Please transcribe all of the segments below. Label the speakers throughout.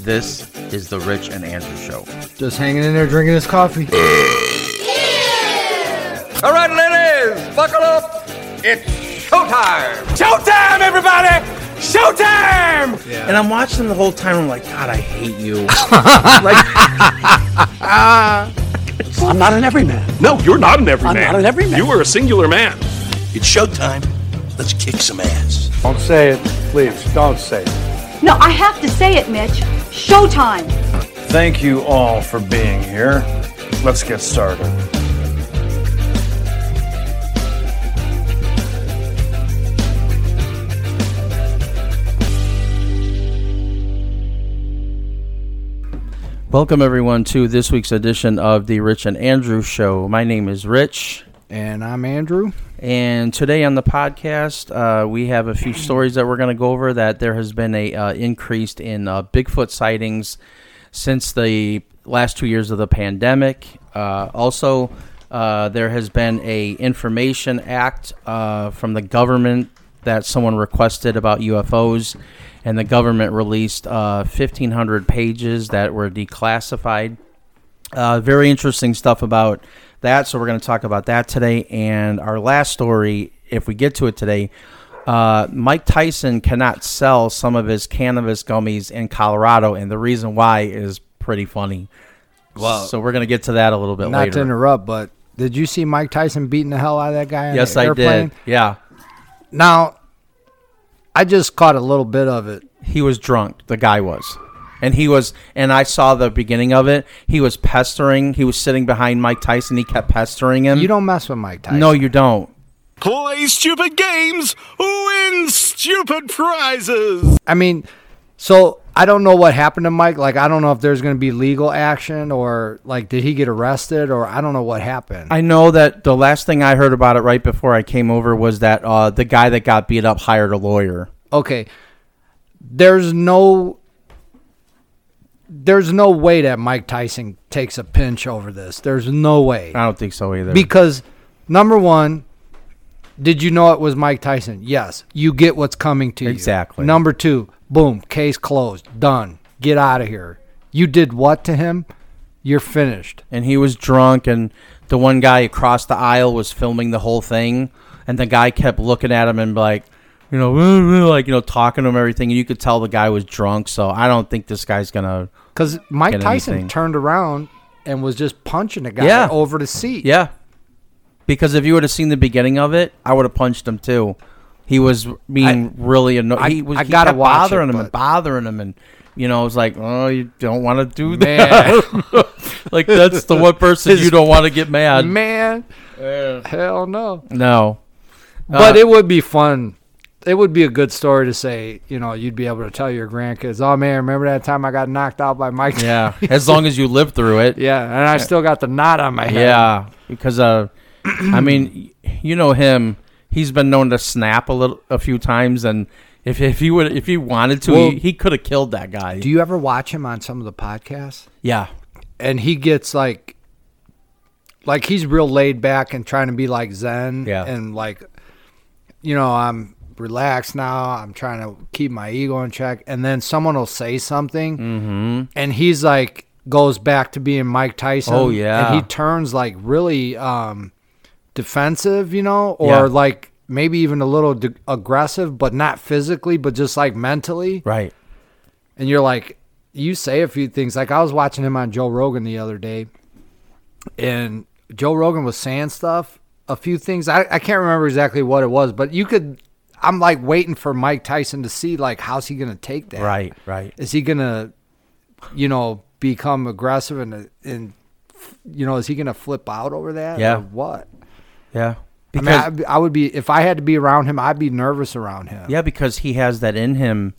Speaker 1: This is the Rich and Andrew Show.
Speaker 2: Just hanging in there drinking his coffee.
Speaker 3: All right, ladies, buckle up. It's showtime.
Speaker 4: Showtime, everybody! Showtime!
Speaker 1: And I'm watching the whole time. I'm like, God, I hate you.
Speaker 4: I'm not an everyman. No, you're not an everyman.
Speaker 5: not an everyman.
Speaker 4: You are a singular man.
Speaker 6: It's showtime. Let's kick some ass.
Speaker 2: Don't say it. Please, don't say it.
Speaker 7: No, I have to say it, Mitch. Showtime.
Speaker 2: Thank you all for being here. Let's get started.
Speaker 1: Welcome, everyone, to this week's edition of the Rich and Andrew Show. My name is Rich.
Speaker 2: And I'm Andrew.
Speaker 1: And today on the podcast, uh, we have a few stories that we're going to go over. That there has been a uh, increase in uh, Bigfoot sightings since the last two years of the pandemic. Uh, also, uh, there has been a information act uh, from the government that someone requested about UFOs, and the government released uh, 1,500 pages that were declassified uh, very interesting stuff about that. So we're going to talk about that today. And our last story, if we get to it today, uh, Mike Tyson cannot sell some of his cannabis gummies in Colorado, and the reason why is pretty funny. Well, so we're going to get to that a little bit
Speaker 2: Not
Speaker 1: later.
Speaker 2: to interrupt, but did you see Mike Tyson beating the hell out of that guy? on
Speaker 1: yes,
Speaker 2: the
Speaker 1: I
Speaker 2: airplane?
Speaker 1: did. Yeah,
Speaker 2: Now, I just caught a little bit of it.
Speaker 1: he was drunk. The guy was. And he was, and I saw the beginning of it. He was pestering. He was sitting behind Mike Tyson. He kept pestering him.
Speaker 2: You don't mess with Mike Tyson.
Speaker 1: No, you don't.
Speaker 4: Play stupid games, win stupid prizes.
Speaker 2: I mean, so I don't know what happened to Mike. Like, I don't know if there's going to be legal action or like, did he get arrested or I don't know what happened.
Speaker 1: I know that the last thing I heard about it right before I came over was that uh, the guy that got beat up hired a lawyer.
Speaker 2: okay there's no there's no way that mike tyson takes a pinch over this there's no way
Speaker 1: I don't think so either.
Speaker 2: because number one did you know it was mike tyson yes you get what's coming to you
Speaker 1: Exactly.
Speaker 2: number two boom case closed done get out of here you did what to him you're finished
Speaker 1: and he was drunk, and the one guy across the aisle was filming the whole thing, and the guy kept looking at him and like, you know, like you know, talking to him and everything, and you could tell the guy was drunk. So I don't think this guy's gonna.
Speaker 2: because mike
Speaker 1: Get
Speaker 2: tyson
Speaker 1: anything.
Speaker 2: turned around and was just punching the guy
Speaker 1: Yeah.
Speaker 2: over the seat
Speaker 1: Yeah, because if you would have seen the beginning of it, I would have punched him too. He was being really annoyed.
Speaker 2: I-
Speaker 1: He was
Speaker 2: I
Speaker 1: he
Speaker 2: gotta
Speaker 1: kept
Speaker 2: watch it,
Speaker 1: bothering him and
Speaker 2: but-
Speaker 1: bothering him, and you know, it was like, oh, you don't want to do that.
Speaker 2: man
Speaker 1: like that's the one person you don't want to get mad.
Speaker 2: man hell no
Speaker 1: No,
Speaker 2: But
Speaker 1: Uh,
Speaker 2: it would be fun. It would be a good story to say, you know, you'd be able to tell your grandkids, oh man, remember that time I got knocked out by Mike?
Speaker 1: yeah. As long as you live through it, yeah,
Speaker 2: yeah, and I still got the knot on my head.
Speaker 1: because uh, I mean, you know him. He's been known to snap a little, a few times, and if if he would, if he wanted to,
Speaker 2: Well-
Speaker 1: he, he could have killed that guy.
Speaker 2: Do you ever watch him on some of the podcasts?
Speaker 1: yeah,
Speaker 2: And he gets like, like he's real laid back and trying to be like Zen.
Speaker 1: Yeah.
Speaker 2: And like, you know, I'm relaxed now. I'm trying to keep my ego in check. And then someone will say something. and he's like goes back to being Mike Tyson.
Speaker 1: Oh, yeah.
Speaker 2: and he turns like really um, defensive, you know, or
Speaker 1: Yeah.
Speaker 2: like maybe even a little d- aggressive, but not physically, but just like mentally.
Speaker 1: right.
Speaker 2: And you're like, you say a few things. Like I was watching him on Joe Rogan the other day, and Joe Rogan was saying stuff, a few things. I, I can't remember exactly what it was, but you could. I'm like waiting for Mike Tyson to see like how's he gonna take that
Speaker 1: Right, right.
Speaker 2: is he gonna you know become aggressive and and you know is he gonna flip out over that
Speaker 1: Yeah.
Speaker 2: or what
Speaker 1: Yeah,
Speaker 2: I mean, I'd be- I, would be if I had to be around him. I'd be nervous around him.
Speaker 1: Yeah, because he has that in him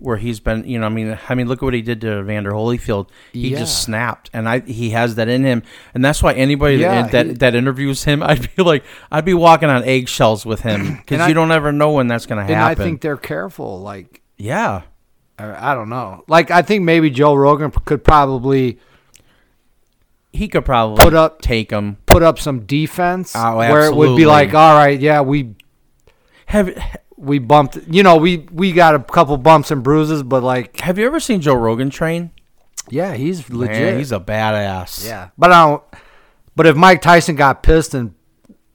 Speaker 1: where he's been, you know, I mean, I mean, look at what he did to Vander Holyfield. He
Speaker 2: Yeah.
Speaker 1: just snapped, and I he has that in him, and that's why anybody
Speaker 2: Yeah,
Speaker 1: that that,
Speaker 2: he-
Speaker 1: that interviews him, I'd be like, I'd be walking on eggshells with him
Speaker 2: And
Speaker 1: because
Speaker 2: I-
Speaker 1: you don't ever know when that's going to
Speaker 2: and
Speaker 1: happen.
Speaker 2: I think they're careful. Like
Speaker 1: yeah,
Speaker 2: I I don't know. Like I think maybe Joe Rogan p- could probably
Speaker 1: he could probably
Speaker 2: Put up-
Speaker 1: take him.
Speaker 2: put up some defense
Speaker 1: Oh,
Speaker 2: where it would
Speaker 1: absolutely.
Speaker 2: be like, all right, yeah, we
Speaker 1: Have
Speaker 2: we bumped. You know, we we got a couple bumps and bruises, but like,
Speaker 1: Have you ever seen Joe Rogan train?
Speaker 2: yeah, he's legit.
Speaker 1: Man, he's a badass.
Speaker 2: yeah, but I don't. But if Mike Tyson got pissed and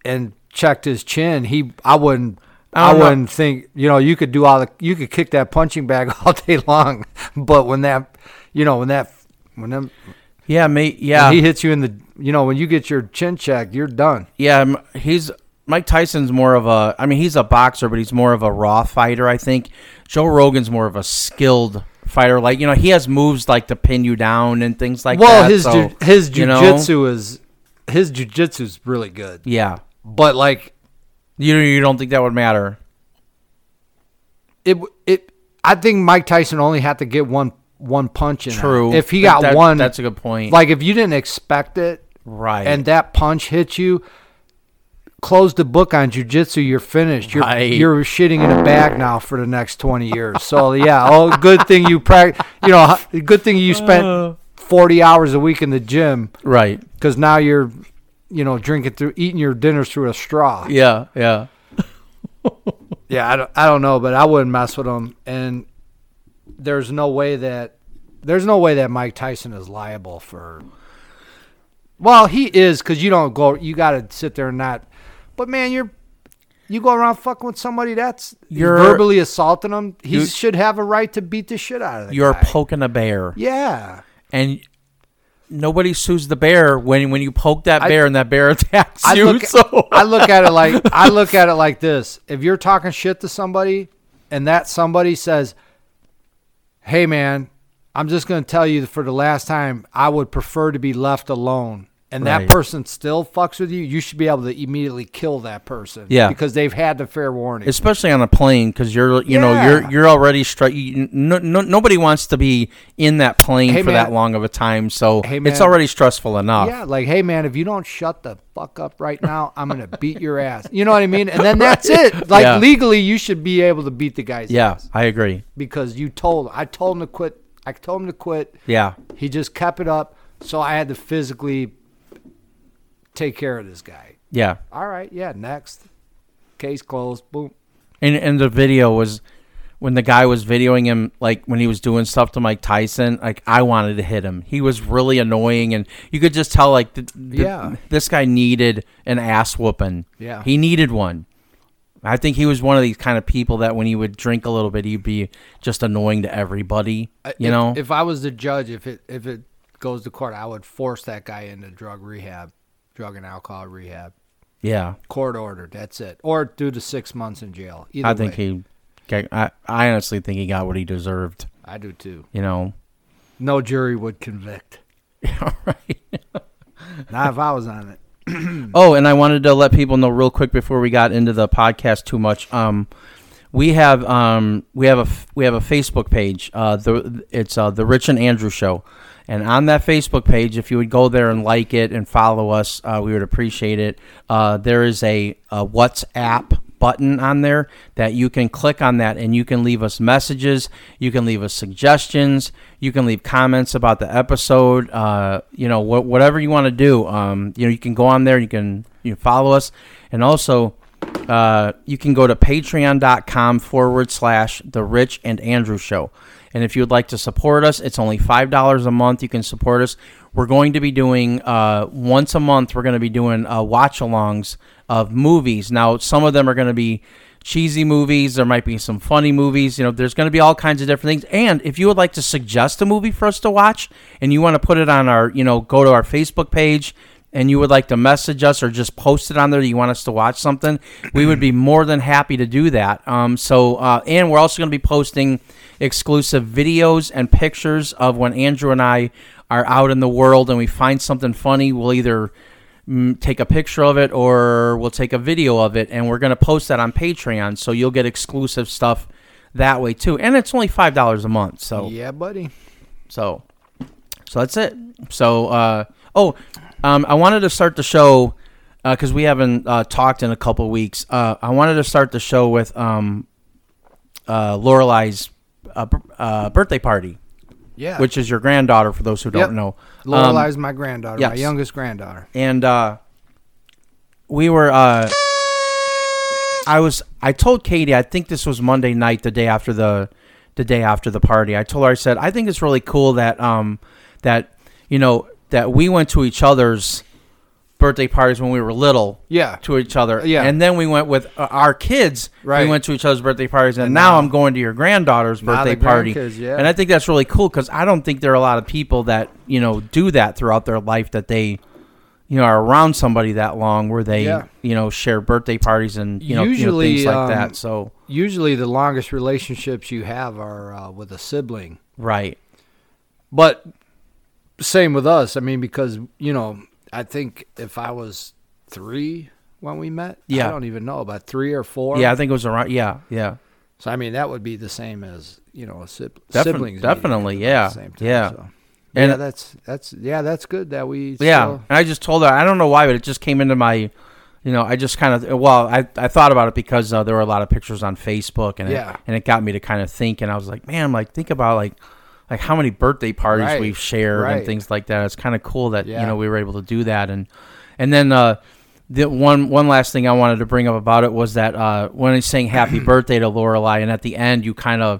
Speaker 2: and checked his chin, he I wouldn't.
Speaker 1: I
Speaker 2: I,
Speaker 1: don't know.
Speaker 2: wouldn't think you know you could do all the you could kick that punching bag all day long, but when that you know when that when them
Speaker 1: yeah, mate. Yeah,
Speaker 2: when he hits you in the you know when you get your chin checked, you're done.
Speaker 1: Yeah, m- he's Mike Tyson's more of a. I mean, he's a boxer, but he's more of a raw fighter. I think Joe Rogan's more of a skilled fighter. Like you know, he has moves like to pin you down and things like
Speaker 2: Well,
Speaker 1: that.
Speaker 2: his
Speaker 1: so,
Speaker 2: ju- his
Speaker 1: you know,
Speaker 2: jujitsu is his jujitsu's really good,
Speaker 1: yeah,
Speaker 2: but like
Speaker 1: you you don't think that would matter?
Speaker 2: it it I think Mike Tyson only had to get one one punch in.
Speaker 1: True.
Speaker 2: Him. If he
Speaker 1: That-
Speaker 2: got
Speaker 1: that-
Speaker 2: one,
Speaker 1: that's a good point.
Speaker 2: Like if you didn't expect it,
Speaker 1: Right.
Speaker 2: and that punch hit you, close the book on jujitsu. You're finished. You're
Speaker 1: Right.
Speaker 2: you're shitting in a bag now for the next twenty years. So yeah, oh, good thing you practice. You know, h- good thing you spent forty hours a week in the gym
Speaker 1: right.
Speaker 2: because now you're, you know, drinking through eating your dinners through a straw.
Speaker 1: Yeah. Yeah.
Speaker 2: Yeah, I don't, I don't know, but I wouldn't mess with him. And there's no way that there's no way that Mike Tyson is liable for. Well, he is because you don't go. You got to sit there and not. But man, you're you go around fucking with somebody that's
Speaker 1: You're-
Speaker 2: you're verbally assaulting him. He
Speaker 1: You-
Speaker 2: should have a right to beat the shit out of the
Speaker 1: You're
Speaker 2: guy.
Speaker 1: poking a bear,
Speaker 2: yeah.
Speaker 1: and nobody sues the bear when when you poke that bear and that bear attacks
Speaker 2: I
Speaker 1: you.
Speaker 2: look,
Speaker 1: so
Speaker 2: I look at it like I look at it like this. If you're talking shit to somebody and that somebody says, "Hey man, I'm just going to tell you for the last time, I would prefer to be left alone." And
Speaker 1: Right.
Speaker 2: that person still fucks with you, you should be able to immediately kill that person
Speaker 1: Yeah.
Speaker 2: because they've had the fair warning.
Speaker 1: especially on a plane because you're you know
Speaker 2: Yeah.
Speaker 1: you're you're already straight no, no, nobody wants to be in that plane
Speaker 2: Hey,
Speaker 1: for that
Speaker 2: man.
Speaker 1: long of a time so
Speaker 2: Hey,
Speaker 1: it's
Speaker 2: man.
Speaker 1: already stressful enough
Speaker 2: yeah, like, "Hey man, if you don't shut the fuck up right now, I'm going to beat your ass." You know what I mean? And then that's it. Like
Speaker 1: Yeah.
Speaker 2: legally, you should be able to beat the guy's
Speaker 1: yeah
Speaker 2: ass
Speaker 1: i agree
Speaker 2: because you told I told him to quit. I told him to quit.
Speaker 1: yeah
Speaker 2: He just kept it up, so I had to physically take care of this guy.
Speaker 1: yeah
Speaker 2: All right, yeah, next. Case closed. Boom.
Speaker 1: and and the video was when the guy was videoing him like when he was doing stuff to mike tyson like i wanted to hit him he was really annoying and you could just tell like th- th-
Speaker 2: Yeah.
Speaker 1: this guy needed an ass whooping
Speaker 2: Yeah.
Speaker 1: he needed one i think he was one of these kind of people that when he would drink a little bit he'd be just annoying to everybody you
Speaker 2: Uh, if,
Speaker 1: know
Speaker 2: if I was the judge, if it if it goes to court, I would force that guy into drug rehab, drug and alcohol rehab,
Speaker 1: yeah
Speaker 2: court ordered. That's it, or do the six months in jail. Either
Speaker 1: i think
Speaker 2: way,
Speaker 1: he got- I, I honestly think he got what he deserved
Speaker 2: I do too.
Speaker 1: you know
Speaker 2: No jury would convict. Not if I was on it.
Speaker 1: Oh, and I wanted to let people know real quick before we got into the podcast too much. Um, we have um, we have a f- we have a Facebook page. Uh, the it's uh, the Rich and Andrew Show, and on that Facebook page, if you would go there and like it and follow us, uh, we would appreciate it. Uh, there is a, a WhatsApp button on there that you can click on that and you can leave us messages you can leave us suggestions you can leave comments about the episode uh, you know wh- whatever you want to do um, you know you can go on there you can you can follow us and also uh, you can go to patreon.com forward slash the rich and andrew show and if you would like to support us it's only $5 a month you can support us we're going to be doing uh, once a month we're going to be doing uh, watch alongs of movies now some of them are going to be cheesy movies there might be some funny movies you know there's going to be all kinds of different things and if you would like to suggest a movie for us to watch and you want to put it on our you know go to our facebook page and you would like to message us or just post it on there that you want us to watch something, we would be more than happy to do that. Um, so, uh, and we're also going to be posting exclusive videos and pictures of when Andrew and I are out in the world and we find something funny. We'll either mm, take a picture of it or we'll take a video of it and we're going to post that on Patreon. So you'll get exclusive stuff that way too. And it's only $5 a month. So,
Speaker 2: Yeah, buddy.
Speaker 1: so, so that's it. So, uh, oh, um, I wanted to start the show because we haven't uh, talked in a couple weeks. Uh, I wanted to start the show with um, uh, Lorelai's uh, b- uh, birthday party,
Speaker 2: Yeah.
Speaker 1: which is your granddaughter, for those who don't know. Um,
Speaker 2: Lorelai's my granddaughter, my
Speaker 1: yes. uh,
Speaker 2: youngest granddaughter.
Speaker 1: and uh, we were uh, I was I told Katie I think this was Monday night the day after the the day after the party. I told her I said I think it's really cool that um that you know that we went to each other's birthday parties when we were little.
Speaker 2: Yeah.
Speaker 1: To each other.
Speaker 2: Yeah.
Speaker 1: And then we went with uh, our kids.
Speaker 2: Right.
Speaker 1: We went to each other's birthday parties and, now, I'm going to your granddaughter's
Speaker 2: Now the
Speaker 1: birthday party.
Speaker 2: grandkids, yeah.
Speaker 1: And I think that's really cool cuz I don't think there are a lot of people that, you know, do that throughout their life that they you know, are around somebody that long where they,
Speaker 2: Yeah.
Speaker 1: you know, share birthday parties and you know,
Speaker 2: Usually,
Speaker 1: you know things like
Speaker 2: um,
Speaker 1: that. So
Speaker 2: Usually, the longest relationships you have are uh, with a sibling.
Speaker 1: right,
Speaker 2: But same with us. I mean, because you know, I think if I was three when we met,
Speaker 1: Yeah.
Speaker 2: I don't even know about three or four.
Speaker 1: yeah, I think it was around. Yeah, yeah,
Speaker 2: So I mean, that would be the same as you know, a sib-
Speaker 1: Defin-
Speaker 2: siblings. meeting
Speaker 1: definitely,
Speaker 2: at
Speaker 1: yeah,
Speaker 2: the same time,
Speaker 1: yeah.
Speaker 2: So.
Speaker 1: And-
Speaker 2: yeah, that's that's yeah, that's good that we.
Speaker 1: yeah.
Speaker 2: still-
Speaker 1: And I just told her I don't know why, but it just came into my, you know, I just kind of well, I, I thought about it because uh, there were a lot of pictures on Facebook and
Speaker 2: Yeah.
Speaker 1: it, and it got me to kind of think, and I was like, man, like think about like like how many birthday parties
Speaker 2: Right,
Speaker 1: we've shared
Speaker 2: right.
Speaker 1: and things like that. It's kind of cool that
Speaker 2: Yeah.
Speaker 1: you know we were able to do that, and and then. uh the one one last thing I wanted to bring up about it was that uh, when he's saying happy birthday to Lorelai, and at the end you kind of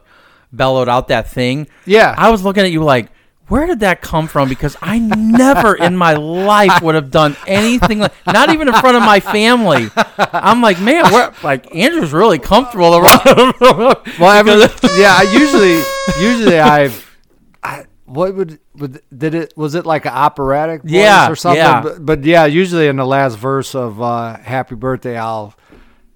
Speaker 1: bellowed out that thing.
Speaker 2: Yeah.
Speaker 1: I was looking at you like, where did that come from? Because I never in my life would have done anything like, not even in front of my family. I'm like, man, where, like Andrew's really comfortable around.
Speaker 2: Well, every, yeah, I usually usually I've. I, what would, would did it was it like an operatic voice
Speaker 1: Yeah,
Speaker 2: or something?
Speaker 1: yeah.
Speaker 2: But, but yeah, usually in the last verse of uh, "Happy Birthday," I'll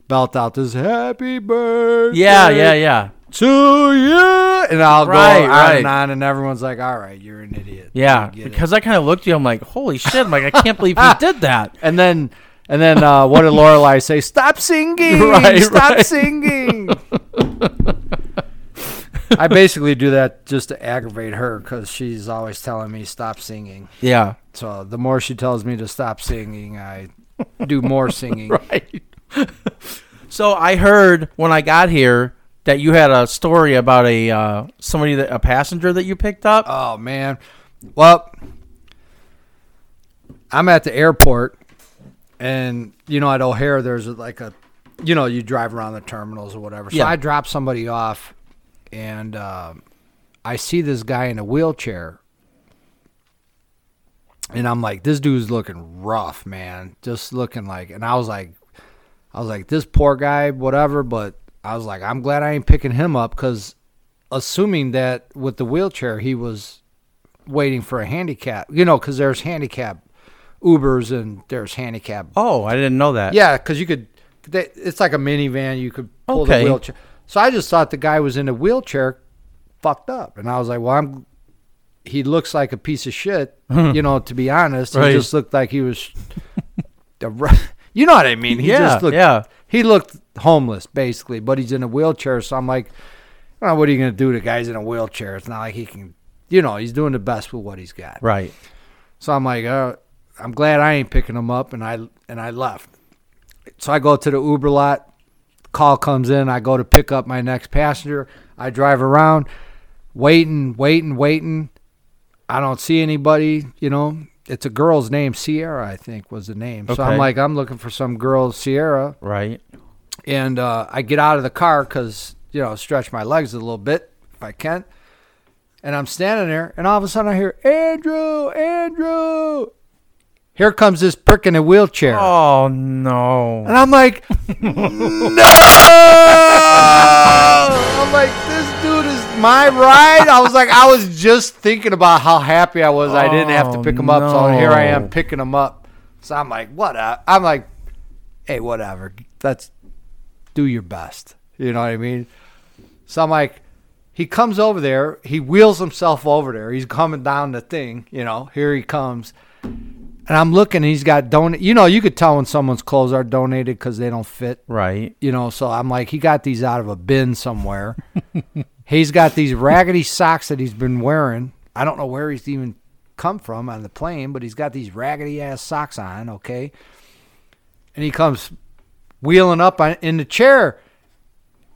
Speaker 2: belt out this "Happy Birthday."
Speaker 1: yeah, yeah, yeah,
Speaker 2: To you, and I'll
Speaker 1: Right,
Speaker 2: go on
Speaker 1: right.
Speaker 2: and on, and everyone's like, "All right, you're an idiot."
Speaker 1: yeah.
Speaker 2: You get it.
Speaker 1: Because I kind of looked at you, I'm like, holy shit, I'm like I can't believe he did that.
Speaker 2: And then and then uh, what did Lorelai say? Stop singing!
Speaker 1: Right,
Speaker 2: Stop
Speaker 1: right.
Speaker 2: singing! I basically do that just to aggravate her because she's always telling me stop singing.
Speaker 1: Yeah,
Speaker 2: So the more she tells me to stop singing, I do more singing.
Speaker 1: So I heard when I got here that you had a story about a uh, somebody that a passenger that you picked up.
Speaker 2: Oh man. Well, I'm at the airport, and you know at O'Hare there's like a, you know you drive around the terminals or whatever. So
Speaker 1: Yeah.
Speaker 2: I drop somebody off, and uh, I see this guy in a wheelchair, and I'm like, this dude's looking rough, man. Just looking like, and I was like, I was like, this poor guy, whatever. But I was like, I'm glad I ain't picking him up because assuming that with the wheelchair he was waiting for a handicap, you know, because there's handicap Ubers and there's handicap.
Speaker 1: oh, I didn't know that.
Speaker 2: Yeah, because you could, they, it's like a minivan. You could pull
Speaker 1: Okay.
Speaker 2: the wheelchair. So I just thought the guy was in a wheelchair, fucked up, and I was like, well, I'm. He looks like a piece of shit, you know. To be honest,
Speaker 1: Right.
Speaker 2: he just looked like he was. a ru- you know what I mean? He
Speaker 1: Yeah,
Speaker 2: just looked,
Speaker 1: yeah.
Speaker 2: He looked homeless basically, but he's in a wheelchair. So I'm like, oh, what are you gonna do? The guy's in a wheelchair. It's not like he can, you know. He's doing the best with what he's got.
Speaker 1: Right.
Speaker 2: So I'm like, uh, I'm glad I ain't picking them up, and I and I left. So I go to the Uber lot. Call comes in. I go to pick up my next passenger. I drive around, waiting, waiting, waiting. I don't see anybody. You know, it's a girl's name, Sierra, I think was the name. So
Speaker 1: Okay.
Speaker 2: I'm like, I'm looking for some girl, Sierra,
Speaker 1: Right.
Speaker 2: and uh, I get out of the car because you know stretch my legs a little bit if I can. And I'm standing there, and all of a sudden I hear Andrew, Andrew. Here comes this prick in a wheelchair,
Speaker 1: Oh no.
Speaker 2: and I'm like, no! I'm like, this dude is my ride. I was like, I was just thinking about how happy I was. I didn't have to
Speaker 1: Oh,
Speaker 2: pick him up, so here I
Speaker 1: no.
Speaker 2: am picking him up. So I'm like, what? a- I'm like, hey, whatever. That's do your best. You know what I mean? So I'm like, he comes over there. He wheels himself over there. He's coming down the thing. You know, here he comes. And I'm looking. And he's got donate. You know, you could tell when someone's clothes are donated because they don't fit.
Speaker 1: Right.
Speaker 2: You know, so I'm like, he got these out of a bin somewhere. he's got these raggedy socks that he's been wearing. I don't know where he's even come from on the plane, but he's got these raggedy ass socks on, okay? And he comes wheeling up on, in the chair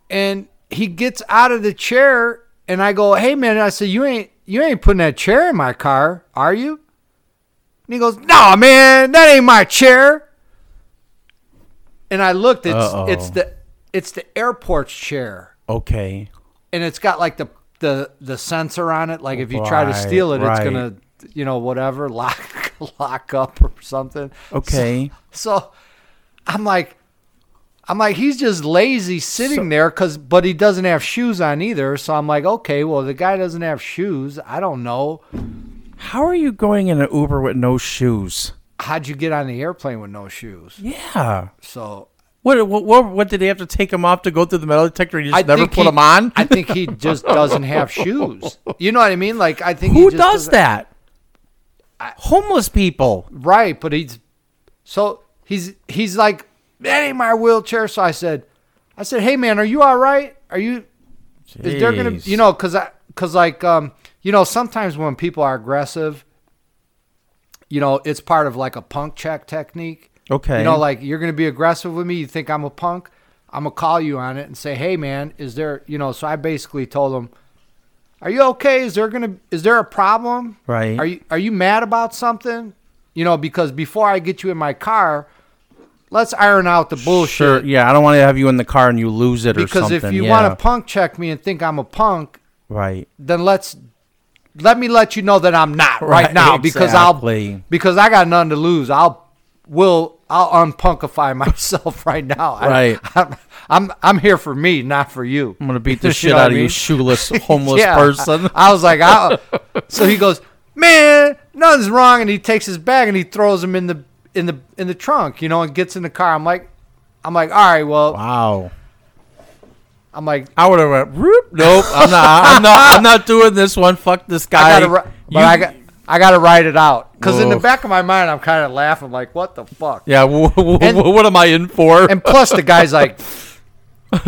Speaker 2: and he gets out of the chair and I go, "Hey man," I said, "You ain't you ain't putting that chair in my car, are you?" And he goes, "No, man, that ain't my chair." And I looked, it's
Speaker 1: Uh-oh.
Speaker 2: it's the it's the airport's chair,
Speaker 1: Okay.
Speaker 2: and it's got like the the the sensor on it. Like if you try to
Speaker 1: Right,
Speaker 2: steal it, it's
Speaker 1: right.
Speaker 2: gonna you know whatever lock lock up or something.
Speaker 1: Okay.
Speaker 2: So I'm like, I'm like, he's just lazy sitting there 'cause there because, but he doesn't have shoes on either. So I'm like, okay, well, the guy doesn't have shoes. I don't know.
Speaker 1: How are you going in an Uber with no shoes?
Speaker 2: How'd you get on the airplane with no shoes?
Speaker 1: Yeah.
Speaker 2: So
Speaker 1: What, what, what, what did they have to take them off to go through the metal detector and you just never
Speaker 2: think
Speaker 1: put
Speaker 2: he-
Speaker 1: them on?
Speaker 2: I think he just doesn't have shoes. You know what I mean? Like, I think he
Speaker 1: Who
Speaker 2: just
Speaker 1: does
Speaker 2: doesn't-
Speaker 1: that? Homeless people.
Speaker 2: Right, but he's so he's he's like that ain't my wheelchair. So I said, I said, hey man, are you all right? Are you? Is there gonna
Speaker 1: Jeez.
Speaker 2: you know? Cause I cause like um you know sometimes when people are aggressive, you know it's part of like a punk check technique.
Speaker 1: Okay.
Speaker 2: You know, like you're gonna be aggressive with me. You think I'm a punk? I'm gonna call you on it and say, hey man, is there you know? So I basically told him. Are you okay? Is there gonna is there a problem?
Speaker 1: Right.
Speaker 2: Are you are you mad about something? You know, because before I get you in my car, let's iron out the bullshit.
Speaker 1: Sure. Yeah, I don't want to have you in the car and you lose it or
Speaker 2: Because
Speaker 1: something.
Speaker 2: if you
Speaker 1: yeah.
Speaker 2: want to punk check me and think I'm a punk,
Speaker 1: right.
Speaker 2: then let's let me let you know that I'm not right,
Speaker 1: Right,
Speaker 2: now because I'll
Speaker 1: exactly.
Speaker 2: because I got nothing to lose. I'll will I'll unpunkify myself right now. I-
Speaker 1: Right.
Speaker 2: I'm, I'm I'm here for me, not for you.
Speaker 1: I'm gonna beat the
Speaker 2: You
Speaker 1: shit
Speaker 2: know what
Speaker 1: out
Speaker 2: I
Speaker 1: of
Speaker 2: mean?
Speaker 1: you, shoeless, homeless
Speaker 2: Yeah.
Speaker 1: person.
Speaker 2: I was like, I, so he goes, man, nothing's wrong, and he takes his bag and he throws him in the in the in the trunk, you know, and gets in the car. I'm like, I'm like, all right, well,
Speaker 1: Wow.
Speaker 2: I'm like,
Speaker 1: I would have went. Whoop, nope. I'm not. I'm not. I'm not doing this one. Fuck this guy.
Speaker 2: I gotta, ri- but
Speaker 1: You-
Speaker 2: I got. I gotta write it out because in the
Speaker 1: Whoa.
Speaker 2: back of my mind, I'm kind of laughing, like, "What the fuck?"
Speaker 1: Yeah. wh- wh-
Speaker 2: And-
Speaker 1: what am I in for?
Speaker 2: And plus, the guy's like,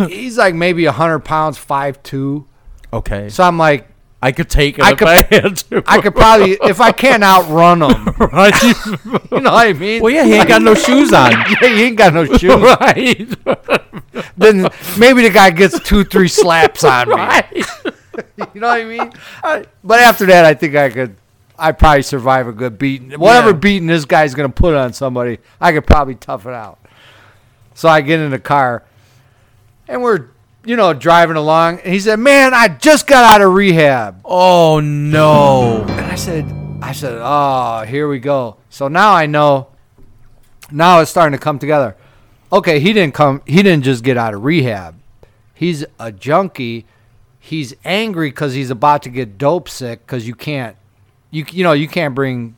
Speaker 2: he's like maybe hundred pounds, five two.
Speaker 1: okay.
Speaker 2: So I'm like,
Speaker 1: I could take it
Speaker 2: I
Speaker 1: if
Speaker 2: could-
Speaker 1: I had to.
Speaker 2: I could probably, if I can't outrun him,
Speaker 1: right.
Speaker 2: you know what I mean?
Speaker 1: well, yeah. He ain't got no shoes on.
Speaker 2: Yeah, he ain't got no shoes.
Speaker 1: right.
Speaker 2: then maybe the guy gets two, three slaps on me. You know what I mean? but after that, I think I could, I probably survive a good beating. Whatever
Speaker 1: Yeah.
Speaker 2: beating this guy's gonna put on somebody, I could probably tough it out. So I get in the car, and we're, you know, driving along, and he said, "Man, I just got out of rehab."
Speaker 1: Oh no.
Speaker 2: And I said, "I said, oh, here we go." So now I know. Now it's starting to come together. Okay, he didn't come. He didn't just get out of rehab. He's a junkie. He's angry because he's about to get dope sick because you can't, you you know you can't bring,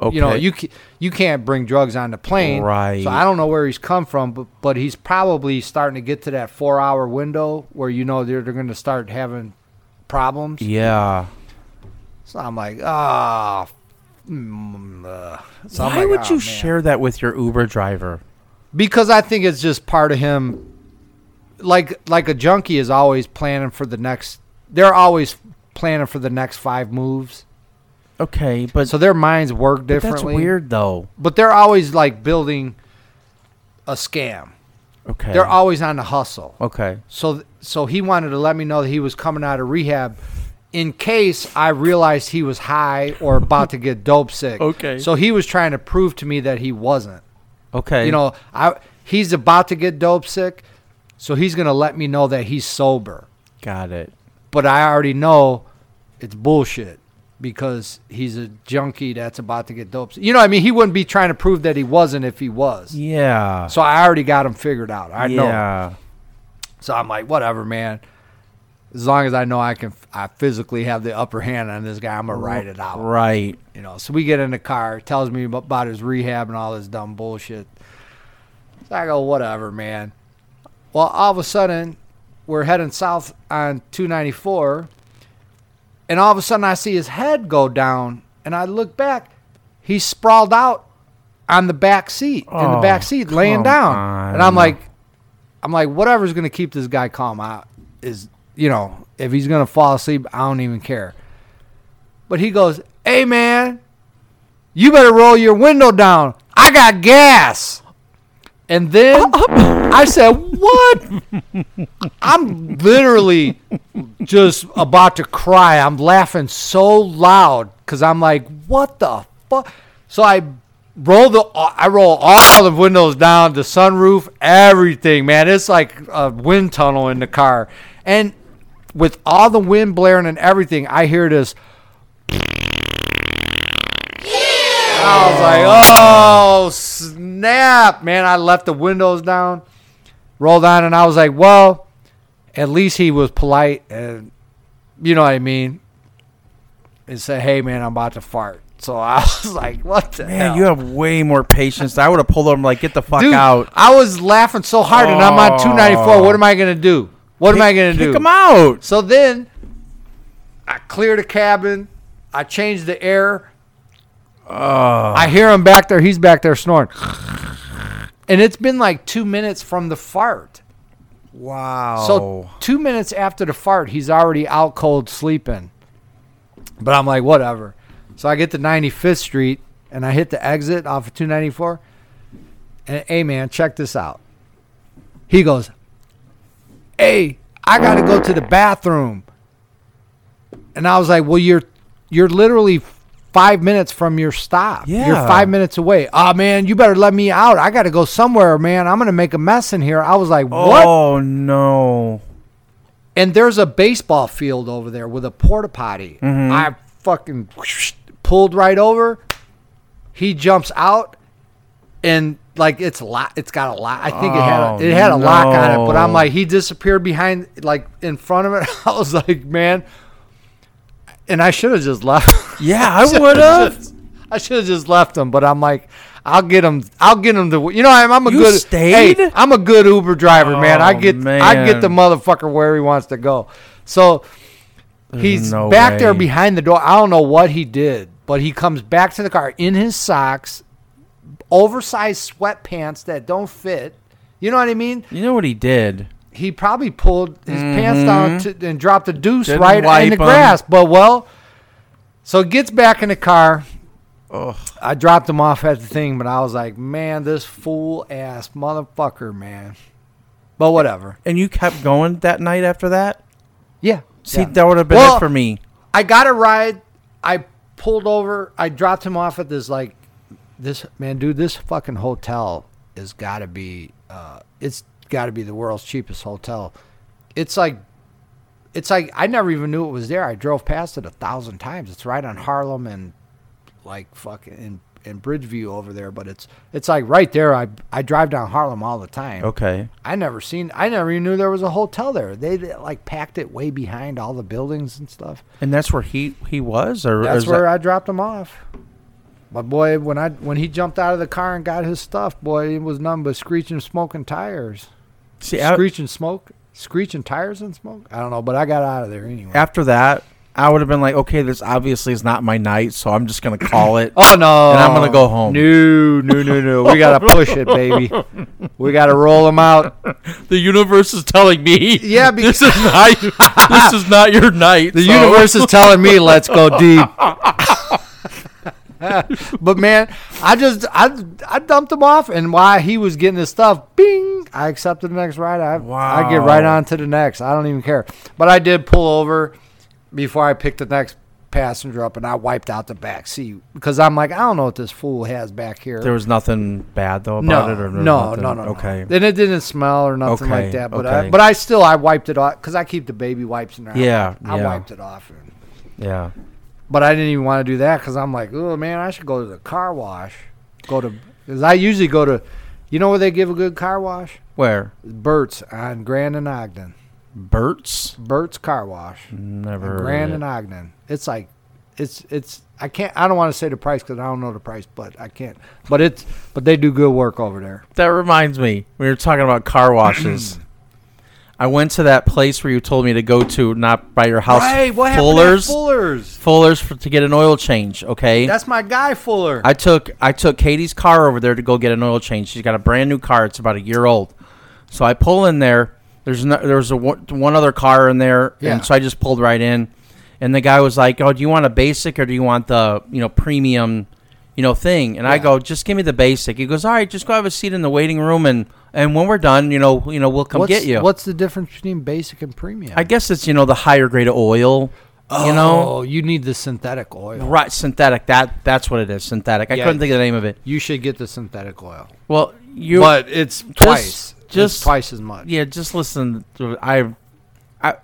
Speaker 1: Okay.
Speaker 2: you know you ca- you can't bring drugs on the plane.
Speaker 1: Right.
Speaker 2: So I don't know where he's come from, but but he's probably starting to get to that four hour window where you know they're they're going to start having problems.
Speaker 1: Yeah.
Speaker 2: So I'm like, ah. mm, uh." So I'm
Speaker 1: Why
Speaker 2: like,
Speaker 1: would
Speaker 2: "Ah,
Speaker 1: you
Speaker 2: man."
Speaker 1: share that with your Uber driver?
Speaker 2: Because I think it's just part of him. Like like a junkie is always planning for the next. They're always planning for the next five moves.
Speaker 1: Okay, but
Speaker 2: So their minds work
Speaker 1: but that's
Speaker 2: differently.
Speaker 1: weird though.
Speaker 2: But they're always like building a scam.
Speaker 1: Okay.
Speaker 2: They're always on the hustle.
Speaker 1: okay.
Speaker 2: So so he wanted to let me know that he was coming out of rehab in case I realized he was high or about to get dope sick.
Speaker 1: Okay.
Speaker 2: So he was trying to prove to me that he wasn't.
Speaker 1: Okay.
Speaker 2: You know, I he's about to get dope sick, so he's going to let me know that he's sober.
Speaker 1: got it.
Speaker 2: But I already know it's bullshit because he's a junkie that's about to get dope sick. You know, what I mean, he wouldn't be trying to prove that he wasn't if he was.
Speaker 1: Yeah.
Speaker 2: So I already got him figured out. I know.
Speaker 1: yeah.
Speaker 2: So I'm like, whatever, man. As long as I know I can, I physically have the upper hand on this guy. I'm gonna ride it out,
Speaker 1: Right.
Speaker 2: you know. So we get in the car. Tells me ab- about his rehab and all this dumb bullshit. So I go, whatever, man. Well, all of a sudden, we're heading south on 294, and all of a sudden, I see his head go down, and I look back. He's sprawled out on the back seat, in the
Speaker 1: Oh,
Speaker 2: back seat,
Speaker 1: come
Speaker 2: laying down, and I'm
Speaker 1: on.
Speaker 2: like, I'm like, whatever's gonna keep this guy calm out is, you know, if he's gonna fall asleep, I don't even care. But he goes, "Hey man, you better roll your window down. I got gas." And then I said, "What?" I'm literally just about to cry. I'm laughing so loud because I'm like, "What the fuck?" So I roll the I roll all the windows down, the sunroof, everything, man. It's like a wind tunnel in the car. And with all the wind blaring and everything, I hear this I was like, "Oh, snap, man. I left the windows down." Rolled on and I was like, "Well, at least he was polite and you know what I mean." And said, "Hey, man, I'm about to fart." So I was like, "What the hell?"
Speaker 1: Man, you have way more patience. I would have pulled over and like, get the fuck
Speaker 2: Dude,
Speaker 1: out.
Speaker 2: I was laughing so hard, and I'm on 294. What am I gonna do? What am I gonna do?
Speaker 1: Kick him out.
Speaker 2: So then, I clear the cabin. I change the air. I hear him back there. He's back there snoring, and it's been like two minutes from the fart.
Speaker 1: Wow.
Speaker 2: So two minutes after the fart, he's already out cold sleeping. But I'm like, whatever. So I get to 95th Street and I hit the exit off of 294. And hey, man, check this out. He goes, hey, I got to go to the bathroom. And I was like, well, you're you're literally five minutes from your stop. You're
Speaker 1: Yeah.
Speaker 2: five minutes away. Oh, man, you better let me out. I got to go somewhere, man. I'm going to make a mess in here. I was like, what?
Speaker 1: Oh no.
Speaker 2: and there's a baseball field over there with a porta potty.
Speaker 1: Mm-hmm.
Speaker 2: I fucking pulled right over. He jumps out, and like it's lock. It's got a lock. I think it had
Speaker 1: Oh,
Speaker 2: a, it had a lock on it. But I'm
Speaker 1: no.
Speaker 2: like, he disappeared behind, like in front of it. I was like, man. And I should have just left.
Speaker 1: Yeah, I would have.
Speaker 2: I should have just left him, but I'm like, I'll get him. I'll get him to. You know, I'm, I'm a
Speaker 1: You
Speaker 2: good.
Speaker 1: stayed?
Speaker 2: Hey, I'm a good Uber driver, man. I
Speaker 1: Oh,
Speaker 2: get. I get the
Speaker 1: man.
Speaker 2: motherfucker where he wants to go. So he's
Speaker 1: no
Speaker 2: back there
Speaker 1: way.
Speaker 2: behind the door. I don't know what he did, but he comes back to the car in his socks, oversized sweatpants that don't fit. You know what I mean?
Speaker 1: You know what he did?
Speaker 2: He probably pulled his pants down to, and dropped a deuce
Speaker 1: Mm-hmm. Didn't
Speaker 2: right in
Speaker 1: wipe
Speaker 2: the
Speaker 1: 'em.
Speaker 2: grass. But well, so he gets back in the car.
Speaker 1: Ugh.
Speaker 2: I dropped him off at the thing, but I was like, man, this fool ass motherfucker, man. But whatever.
Speaker 1: And you kept going that night after that.
Speaker 2: Yeah.
Speaker 1: See,
Speaker 2: yeah.
Speaker 1: that would have been
Speaker 2: Well-
Speaker 1: it for me.
Speaker 2: I got a ride. I pulled over. I dropped him off at this like this man, dude. This fucking hotel has got to be. Uh, it's got to be the world's cheapest hotel. It's like, it's like I never even knew it was there. I drove past it a thousand times. It's right on Harlem and like fucking in, in Bridgeview over there. But it's it's like right there. I I drive down Harlem all the time.
Speaker 1: Okay.
Speaker 2: I never seen. I never even knew there was a hotel there. They like packed it way behind all the buildings and stuff.
Speaker 1: And that's where he he was, or
Speaker 2: That's
Speaker 1: is
Speaker 2: where
Speaker 1: that-
Speaker 2: I dropped him off. My boy, when I when he jumped out of the car and got his stuff, boy, it was nothing but screeching, smoking tires,
Speaker 1: see I-
Speaker 2: screeching smoke, screeching tires and smoke. I don't know, but I got out of there anyway.
Speaker 1: after that. I would have been like, okay, this obviously is not my night, so I'm just gonna call it.
Speaker 2: Oh no!
Speaker 1: And I'm gonna go home.
Speaker 2: No, no, no, no. We gotta push it, baby. We gotta roll him out.
Speaker 1: The universe is telling me,
Speaker 2: Yeah, because
Speaker 1: is not this is not your night.
Speaker 2: The universe is telling me let's go deep. but man, I just I I dumped him off, and while he was getting his stuff, bing, I accepted the next ride. I I get right
Speaker 1: Wow.
Speaker 2: on to the next. I don't even care. But I did pull over before I picked the next passenger up, and I wiped out the back seat because I'm like I don't know what this fool has back here.
Speaker 1: There was nothing bad though about
Speaker 2: no,
Speaker 1: it, or
Speaker 2: no, no,
Speaker 1: nothing?
Speaker 2: no, no.
Speaker 1: Okay.
Speaker 2: Then it didn't smell or nothing
Speaker 1: Okay,
Speaker 2: like that. But I,
Speaker 1: okay.
Speaker 2: but I still I wiped it off because I keep the baby wipes in there. I
Speaker 1: Yeah,
Speaker 2: wiped- I,
Speaker 1: yeah.
Speaker 2: wiped it off. And,
Speaker 1: Yeah.
Speaker 2: but I didn't even want to do that because I'm like, oh man, I should go to the car wash. Go to because I usually go to, you know where they give a good car wash?
Speaker 1: Where?
Speaker 2: Burt's on Grand and Ogden.
Speaker 1: Burt's?
Speaker 2: Burt's Car Wash,
Speaker 1: Never. heard of
Speaker 2: Grand
Speaker 1: it.
Speaker 2: and Ogden. It's like, it's it's. I can't. I don't want to say the price because I don't know the price, but I can't. But it's. But they do good work over there.
Speaker 1: That reminds me, we were talking about car washes. I went to that place where you told me to go to, not by your house. Fuller's,
Speaker 2: Fuller's.
Speaker 1: Fuller's for, to get an oil change. Okay,
Speaker 2: That's my guy, Fuller.
Speaker 1: I took I took Katie's car over there to go get an oil change. She's got a brand new car. It's about a year old. So I pull in there. There's no, there's a one one other car in there,
Speaker 2: Yeah.
Speaker 1: and so I just pulled right in. And the guy was like, "Oh, do you want a basic or do you want the you know premium, you know thing?" And I go, "Just give me the basic." He goes, "All right, just go have a seat in the waiting room, and and when we're done, you know, you know, we'll come
Speaker 2: what's,
Speaker 1: get you."
Speaker 2: What's the difference between basic and premium?
Speaker 1: I guess it's you know the higher grade of oil. you know,
Speaker 2: Oh, you need the synthetic oil.
Speaker 1: right? Synthetic. That that's what it is. Synthetic. I
Speaker 2: Yeah.
Speaker 1: couldn't think of the name of it.
Speaker 2: You should get the synthetic oil.
Speaker 1: Well, you.
Speaker 2: but it's twice. It's
Speaker 1: just-
Speaker 2: twice as much.
Speaker 1: yeah, just listen. to- I, I,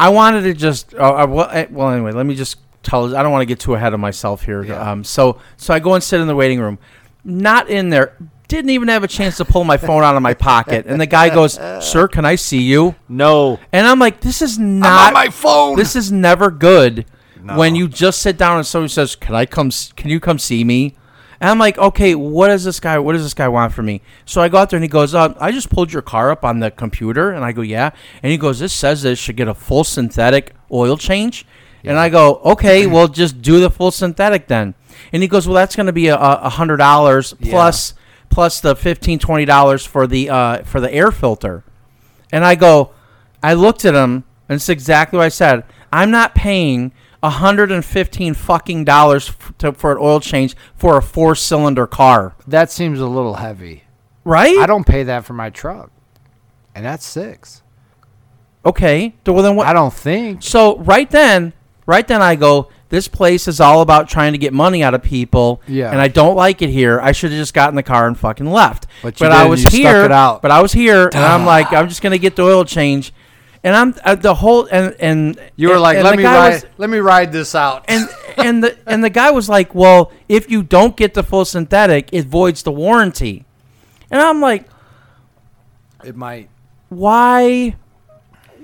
Speaker 1: I wanted to just. Uh, uh, well, eh, well, anyway, let me just tell. I don't want to get too ahead of myself here.
Speaker 2: Yeah.
Speaker 1: Um, so, so I go and sit in the waiting room. Not in there. Didn't even have a chance to pull my phone out of my pocket. And the guy goes, "Sir, can I see you?"
Speaker 2: No.
Speaker 1: And I'm like, "This is not
Speaker 4: my phone.
Speaker 1: This is never good." When you just sit down and somebody says, "Can I come? s- Can you come see me?" And I'm like, "Okay, what does this guy? What does this guy want from me?" So I go out there and he goes, uh, "I just pulled your car up on the computer," and I go, "Yeah," and he goes, "This says that it should get a full synthetic oil change," and I go, "Okay, well, just do the full synthetic then." And he goes, "Well, that's going to be a, a a hundred dollars plus plus the fifteen twenty dollars for the uh, for the air filter." And I go, I looked at him, and it's exactly what I said. I'm not paying 115 fucking dollars f- to, for an oil change for a four cylinder car,
Speaker 2: That seems a little heavy.
Speaker 1: right?
Speaker 2: I don't pay that for my truck. And that's six.
Speaker 1: okay. So, Well, then what?
Speaker 2: I don't think.
Speaker 1: So right then, right then I go. This place is all about trying to get money out of people,
Speaker 2: Yeah.
Speaker 1: and I don't like it here. I should have just got in the car and fucking left.
Speaker 2: But you
Speaker 1: I
Speaker 2: didn't.
Speaker 1: was
Speaker 2: You stuck
Speaker 1: here.
Speaker 2: it out.
Speaker 1: But I was here, and I'm like, I'm just gonna get the oil change, and I'm uh, the whole and and
Speaker 2: You were
Speaker 1: and-
Speaker 2: like,
Speaker 1: and
Speaker 2: let
Speaker 1: the
Speaker 2: me
Speaker 1: guy
Speaker 2: ride,
Speaker 1: was-
Speaker 2: let me ride this out.
Speaker 1: and and the and the guy was like, "Well, if you don't get the full synthetic, it voids the warranty." And I'm like,
Speaker 2: it might.
Speaker 1: "Why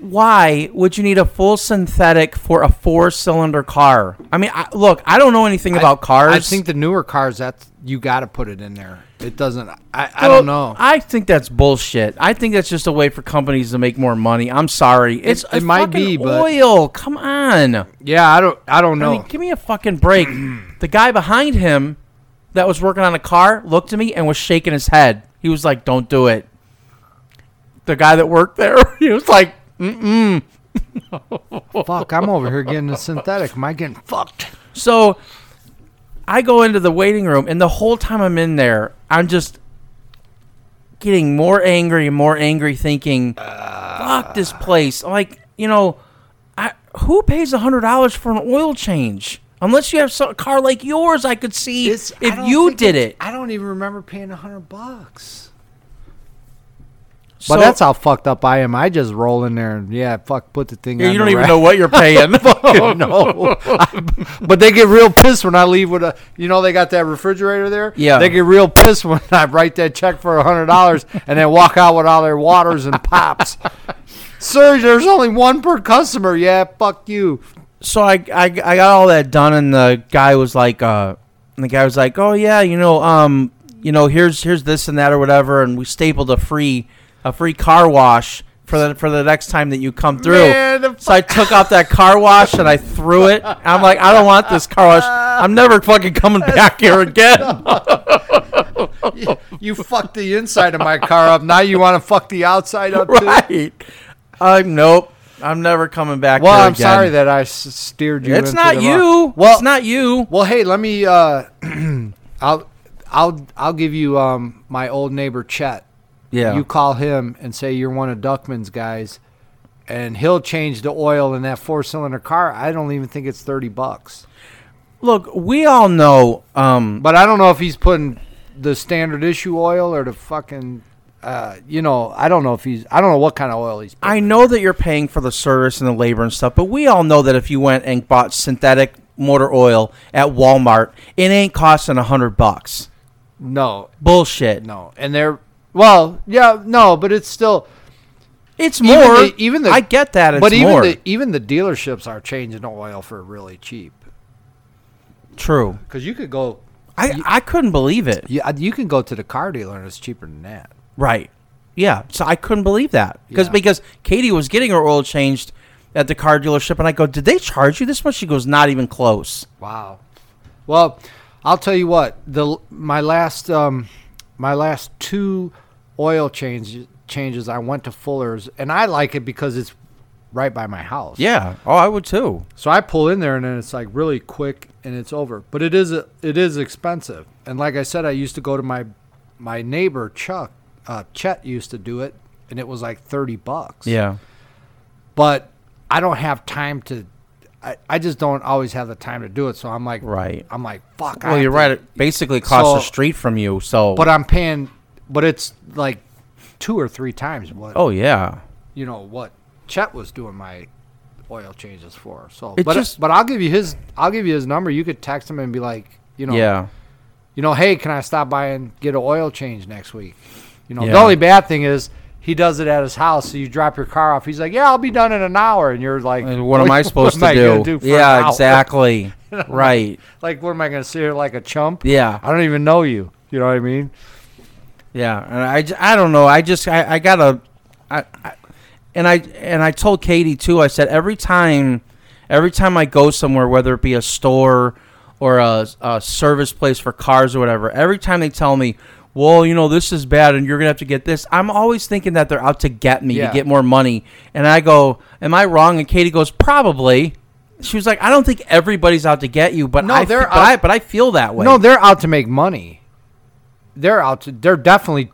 Speaker 1: why would you need a full synthetic for a four-cylinder car?" I mean, I, look, I don't know anything about cars.
Speaker 2: I think the newer cars that's you got to put it in there. It doesn't. I, I
Speaker 1: Well,
Speaker 2: don't know.
Speaker 1: I think that's bullshit. I think that's just a way for companies to make more money. I'm sorry. It's a
Speaker 2: it might be,
Speaker 1: fucking
Speaker 2: but-
Speaker 1: oil. Come on.
Speaker 2: yeah, I don't. I don't know.
Speaker 1: I mean, give me a fucking break. the guy behind him that was working on a car looked at me and was shaking his head. He was like, "Don't do it." The guy that worked there, he was like,
Speaker 2: Fuck, I'm over here getting a synthetic. Am I getting fucked?
Speaker 1: "So." I go into the waiting room, and the whole time I'm in there, I'm just getting more angry and more angry, thinking, "Fuck this place!" Like, you know, I, who pays a hundred dollars for an oil change? Unless you have some, a car like yours, I could see if you did it.
Speaker 2: I don't even remember paying a hundred bucks.
Speaker 1: So-
Speaker 2: But that's how fucked up I am. I just roll in there and yeah, fuck, put the thing.
Speaker 1: Yeah,
Speaker 2: on
Speaker 1: you
Speaker 2: the
Speaker 1: don't even
Speaker 2: rack.
Speaker 1: know what you're paying.
Speaker 2: Oh no! I- but they get real pissed when I leave with a. You know they got that refrigerator there.
Speaker 1: Yeah.
Speaker 2: They get real pissed when I write that check for a hundred dollars and then walk out with all their waters and pops. Sir, there's only one per customer. Yeah, fuck you.
Speaker 1: so I, I I got all that done, and the guy was like, uh, and the guy was like, oh yeah, you know, um, you know, here's here's this and that or whatever, and we stapled a free a free car wash for the for the next time that you come through.
Speaker 2: Man, the
Speaker 1: so I took off that car wash and I threw it. I'm like, I don't want this car wash. I'm never fucking coming back here again.
Speaker 2: You, you fucked the inside of my car up. Now you want to fuck the outside up too.
Speaker 1: right? I'm nope. I'm never coming back.
Speaker 2: Well,
Speaker 1: here
Speaker 2: I'm
Speaker 1: again.
Speaker 2: sorry that I s- steered you.
Speaker 1: it's
Speaker 2: into
Speaker 1: not
Speaker 2: the
Speaker 1: you.
Speaker 2: wrong-
Speaker 1: Well,
Speaker 2: Well,
Speaker 1: it's not you.
Speaker 2: Well, hey, let me. Uh, I'll, I'll, I'll give you um, my old neighbor Chet.
Speaker 1: Yeah.
Speaker 2: You call him and say you're one of Duckman's guys, and he'll change the oil in that four-cylinder car. I don't even think it's thirty bucks.
Speaker 1: Look, we all know. Um,
Speaker 2: But I don't know if he's putting the standard issue oil or the fucking. Uh, you know, I don't know if he's. I don't know what kind of oil he's.
Speaker 1: I know that you're paying for the service and the labor and stuff, but we all know that if you went and bought synthetic motor oil at Walmart, it ain't costing a hundred bucks.
Speaker 2: No,
Speaker 1: Bullshit.
Speaker 2: no, and they're. Well, yeah, no, but it's still.
Speaker 1: It's
Speaker 2: Even
Speaker 1: more.
Speaker 2: the- even the-
Speaker 1: I get that. It's
Speaker 2: but even
Speaker 1: more
Speaker 2: the even the dealerships are changing the oil for really cheap
Speaker 1: true.
Speaker 2: because you could go
Speaker 1: I, I couldn't believe it.
Speaker 2: you, uh, you can go to the car dealer and it's cheaper than that.
Speaker 1: Right. Yeah. So I couldn't believe that because
Speaker 2: Yeah.
Speaker 1: because Katie was getting her oil changed at the car dealership, and I go, "Did they charge you this much?" She goes, "Not even close."
Speaker 2: Wow. Well, I'll tell you what the my last um, my last two oil change, changes I went to Fuller's and I like it because it's right by my house.
Speaker 1: Yeah. Oh, I would too.
Speaker 2: So I pull in there and then it's like really quick and it's over. But it is it is expensive. And like I said, I used to go to my my neighbor Chuck uh, Chet used to do it, and it was like thirty bucks.
Speaker 1: Yeah.
Speaker 2: But I don't have time to. I, I just don't always have the time to do it. So I'm like,
Speaker 1: Right.
Speaker 2: I'm like, fuck. I
Speaker 1: Well,
Speaker 2: have
Speaker 1: you're
Speaker 2: to-
Speaker 1: right. It basically across the
Speaker 2: So-
Speaker 1: street from you. So,
Speaker 2: But I'm paying, but it's like two or three times what,
Speaker 1: oh yeah,
Speaker 2: you know, what Chet was doing my oil changes for. So,
Speaker 1: It
Speaker 2: but,
Speaker 1: just-
Speaker 2: but I'll give you his, I'll give you his number. You could text him and be like, you know,
Speaker 1: yeah,
Speaker 2: you know, hey, can I stop by and get an oil change next week? You know, the
Speaker 1: Yeah.
Speaker 2: only bad thing is he does it at his house. So you drop your car off. He's like, yeah, I'll be done in an hour. And you're like,
Speaker 1: And what am I supposed
Speaker 2: am I
Speaker 1: to
Speaker 2: gonna
Speaker 1: do?
Speaker 2: for an
Speaker 1: yeah,
Speaker 2: hour?
Speaker 1: exactly. right.
Speaker 2: Like, what am I going to sit here like a chump?
Speaker 1: Yeah.
Speaker 2: I don't even know you. You know what I mean?
Speaker 1: Yeah, and I, j- I don't know. I just I, I gotta, I, I, and I and I told Katie too. I said every time, every time I go somewhere, whether it be a store or a, a service place for cars or whatever, every time they tell me, well, you know this is bad and you're gonna have to get this, I'm always thinking that they're out to get me
Speaker 2: Yeah.
Speaker 1: to get more money, and I go, am I wrong? And Katie goes, probably. She was like, I don't think everybody's out to get you, but
Speaker 2: No,
Speaker 1: I, f-
Speaker 2: they're
Speaker 1: but
Speaker 2: out-
Speaker 1: I but I feel that way.
Speaker 2: No, they're out to make money. They're out to, they're definitely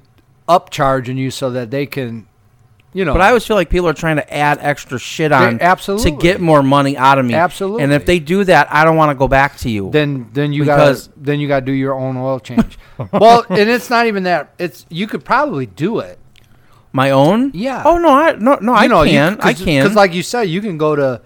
Speaker 2: upcharging you so that they can, you know.
Speaker 1: But I always feel like people are trying to add extra shit on
Speaker 2: absolutely.
Speaker 1: to get more money out of me.
Speaker 2: Absolutely.
Speaker 1: And if they do that, I don't want to go back to you.
Speaker 2: then then you
Speaker 1: Because-
Speaker 2: gotta then you gotta do your own oil change. well, and it's not even that. It's you could probably do it.
Speaker 1: My own?
Speaker 2: Yeah.
Speaker 1: Oh no, I no no I
Speaker 2: you know,
Speaker 1: can. I can.
Speaker 2: Because, like you said, you can go to,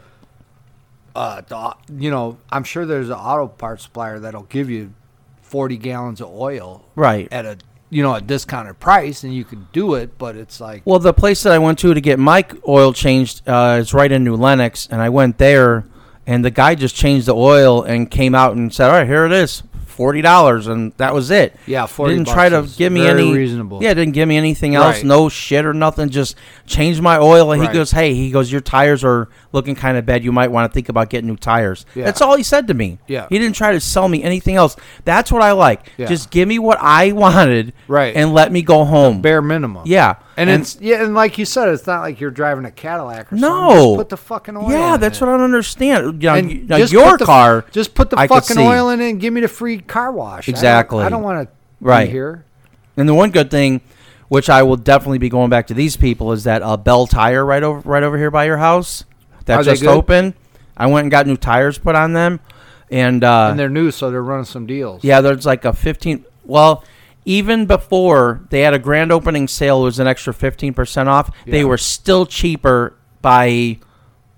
Speaker 2: uh, the au- you know, I'm sure there's an auto parts supplier that'll give you 40 gallons of oil,
Speaker 1: Right.
Speaker 2: at a you know a discounted price, and you can do it. But it's like,
Speaker 1: Well, the place that I went to to get my oil changed uh, is right in New Lenox, and I went there, and the guy just changed the oil and came out and said, "All right, here it is, forty dollars," and that was it.
Speaker 2: Yeah, 40
Speaker 1: Didn't try to
Speaker 2: bucks is
Speaker 1: give me
Speaker 2: very
Speaker 1: any
Speaker 2: reasonable.
Speaker 1: Yeah, didn't give me anything else.
Speaker 2: Right.
Speaker 1: No shit or nothing. Just changed my oil, and
Speaker 2: Right.
Speaker 1: he goes, "Hey," he goes, "Your tires are looking kind of bad. You might want to think about getting new tires."
Speaker 2: Yeah.
Speaker 1: That's all he said to me.
Speaker 2: Yeah.
Speaker 1: he didn't try to sell me anything else. That's what I like.
Speaker 2: Yeah.
Speaker 1: Just give me what I wanted,
Speaker 2: Right.
Speaker 1: and let me go home.
Speaker 2: bare minimum.
Speaker 1: Yeah,
Speaker 2: And, it's yeah, and like you said, it's not like you're driving a Cadillac or
Speaker 1: no.
Speaker 2: something. Just put the fucking oil.
Speaker 1: Yeah,
Speaker 2: in
Speaker 1: that's
Speaker 2: it.
Speaker 1: what I don't understand. Now,
Speaker 2: And
Speaker 1: you- now
Speaker 2: just
Speaker 1: your
Speaker 2: put the-
Speaker 1: car,
Speaker 2: Just put the
Speaker 1: I could
Speaker 2: fucking
Speaker 1: see.
Speaker 2: oil in it and give me the free car wash. I don't-
Speaker 1: Exactly.
Speaker 2: I don't, want to
Speaker 1: Right.
Speaker 2: be here.
Speaker 1: And the one good thing, which I will definitely be going back to these people, is that uh, Bell Tire right over right over here by your house that
Speaker 2: Are they
Speaker 1: just
Speaker 2: good?
Speaker 1: opened. I went and got new tires put on them, and, uh,
Speaker 2: And they're new, so they're running some deals.
Speaker 1: yeah, there's like a fifteen. Well, even before they had a grand opening sale, it was an extra fifteen percent off. They were still cheaper by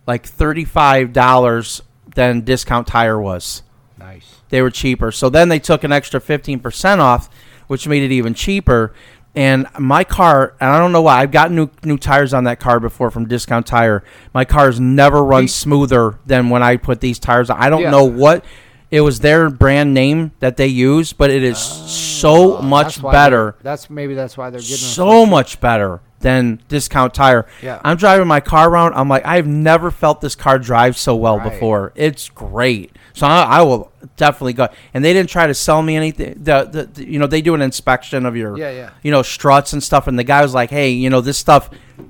Speaker 1: like thirty five dollars than discount tire was.
Speaker 2: Nice.
Speaker 1: they were cheaper. So then they took an extra 15% off, which made it even cheaper. And my car, and I don't know why, I've gotten new new tires on that car before from Discount Tire. My car has never run smoother than when I put these tires on. I don't
Speaker 2: Yeah.
Speaker 1: know what it was their brand name that they used, but it is so much
Speaker 2: Ah, That's why
Speaker 1: better
Speaker 2: they're- That's maybe that's why they're getting them
Speaker 1: so much better than discount tire.
Speaker 2: Yeah.
Speaker 1: I'm driving my car around. I'm like, I've never felt this car drive so well
Speaker 2: Right.
Speaker 1: before. It's great. So I, I will definitely go. And they didn't try to sell me anything. The, the, the- you know they do an inspection of your
Speaker 2: Yeah, yeah.
Speaker 1: you know struts and stuff. And the guy was like, hey, you know this stuff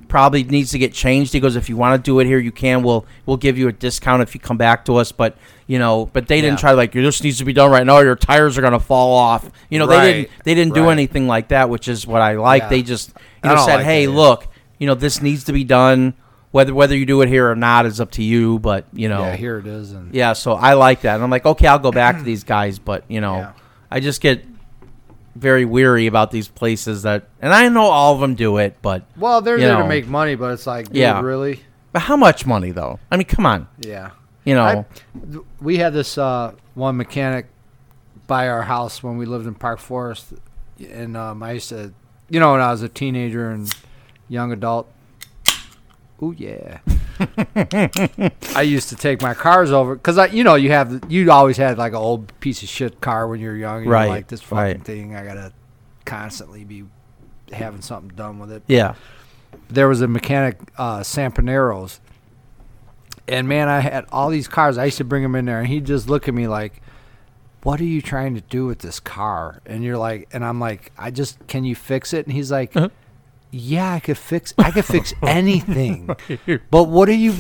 Speaker 1: probably needs to get changed. He goes, if you want to do it here, you can. We'll we'll give you a discount if you come back to us. But you know, but they didn't try
Speaker 2: Yeah.
Speaker 1: like this needs to be done right now. or Your tires are gonna fall off. You know, they
Speaker 2: Right,
Speaker 1: didn't they didn't do
Speaker 2: right.
Speaker 1: anything like that, which is what I like.
Speaker 2: Yeah.
Speaker 1: They just
Speaker 2: I
Speaker 1: you know
Speaker 2: don't
Speaker 1: said,
Speaker 2: like
Speaker 1: "Hey,
Speaker 2: it.
Speaker 1: look, you know this needs to be done. Whether whether you do it here or not is up to you, but you know,
Speaker 2: Yeah, here it is. And
Speaker 1: yeah." So I like that, and I'm like, okay, I'll go back to these guys, but you know,
Speaker 2: Yeah.
Speaker 1: I just get very weary about these places that, and I know all of them do it, but
Speaker 2: Well, they're
Speaker 1: you
Speaker 2: there
Speaker 1: know.
Speaker 2: to make money, but it's like, dude,
Speaker 1: Yeah.
Speaker 2: really?
Speaker 1: But how much money though? I mean, come on,
Speaker 2: Yeah.
Speaker 1: you know,
Speaker 2: I, th- we had this uh, one mechanic by our house when we lived in Park Forest, and um, I used to, you know, when I was a teenager and young adult. Oh yeah, I used to take my cars over because I, you know, you have you always had like an old piece of shit car when you're young. And you're
Speaker 1: Right,
Speaker 2: like this fucking
Speaker 1: right.
Speaker 2: thing, I gotta constantly be having something done with it
Speaker 1: yeah,
Speaker 2: there was a mechanic uh Sampaneros and man I had all these cars I used to bring them in there and he'd just look at me like what are you trying to do with this car and you're like and I'm like I just can you fix it and he's like
Speaker 1: Uh-huh.
Speaker 2: yeah I could fix I could fix anything but what are you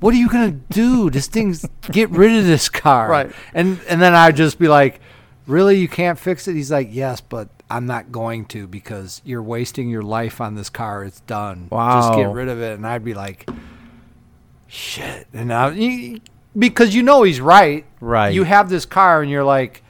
Speaker 2: what are you gonna do this thing's get rid of this car
Speaker 1: Right.
Speaker 2: and and then I'd just be like really you can't fix it he's like yes but I'm not going to because you're wasting your life on this car it's done just get
Speaker 1: Wow.
Speaker 2: rid of it and I'd be like shit and I you, because you know he's right.
Speaker 1: Right.
Speaker 2: You have this car and you're like,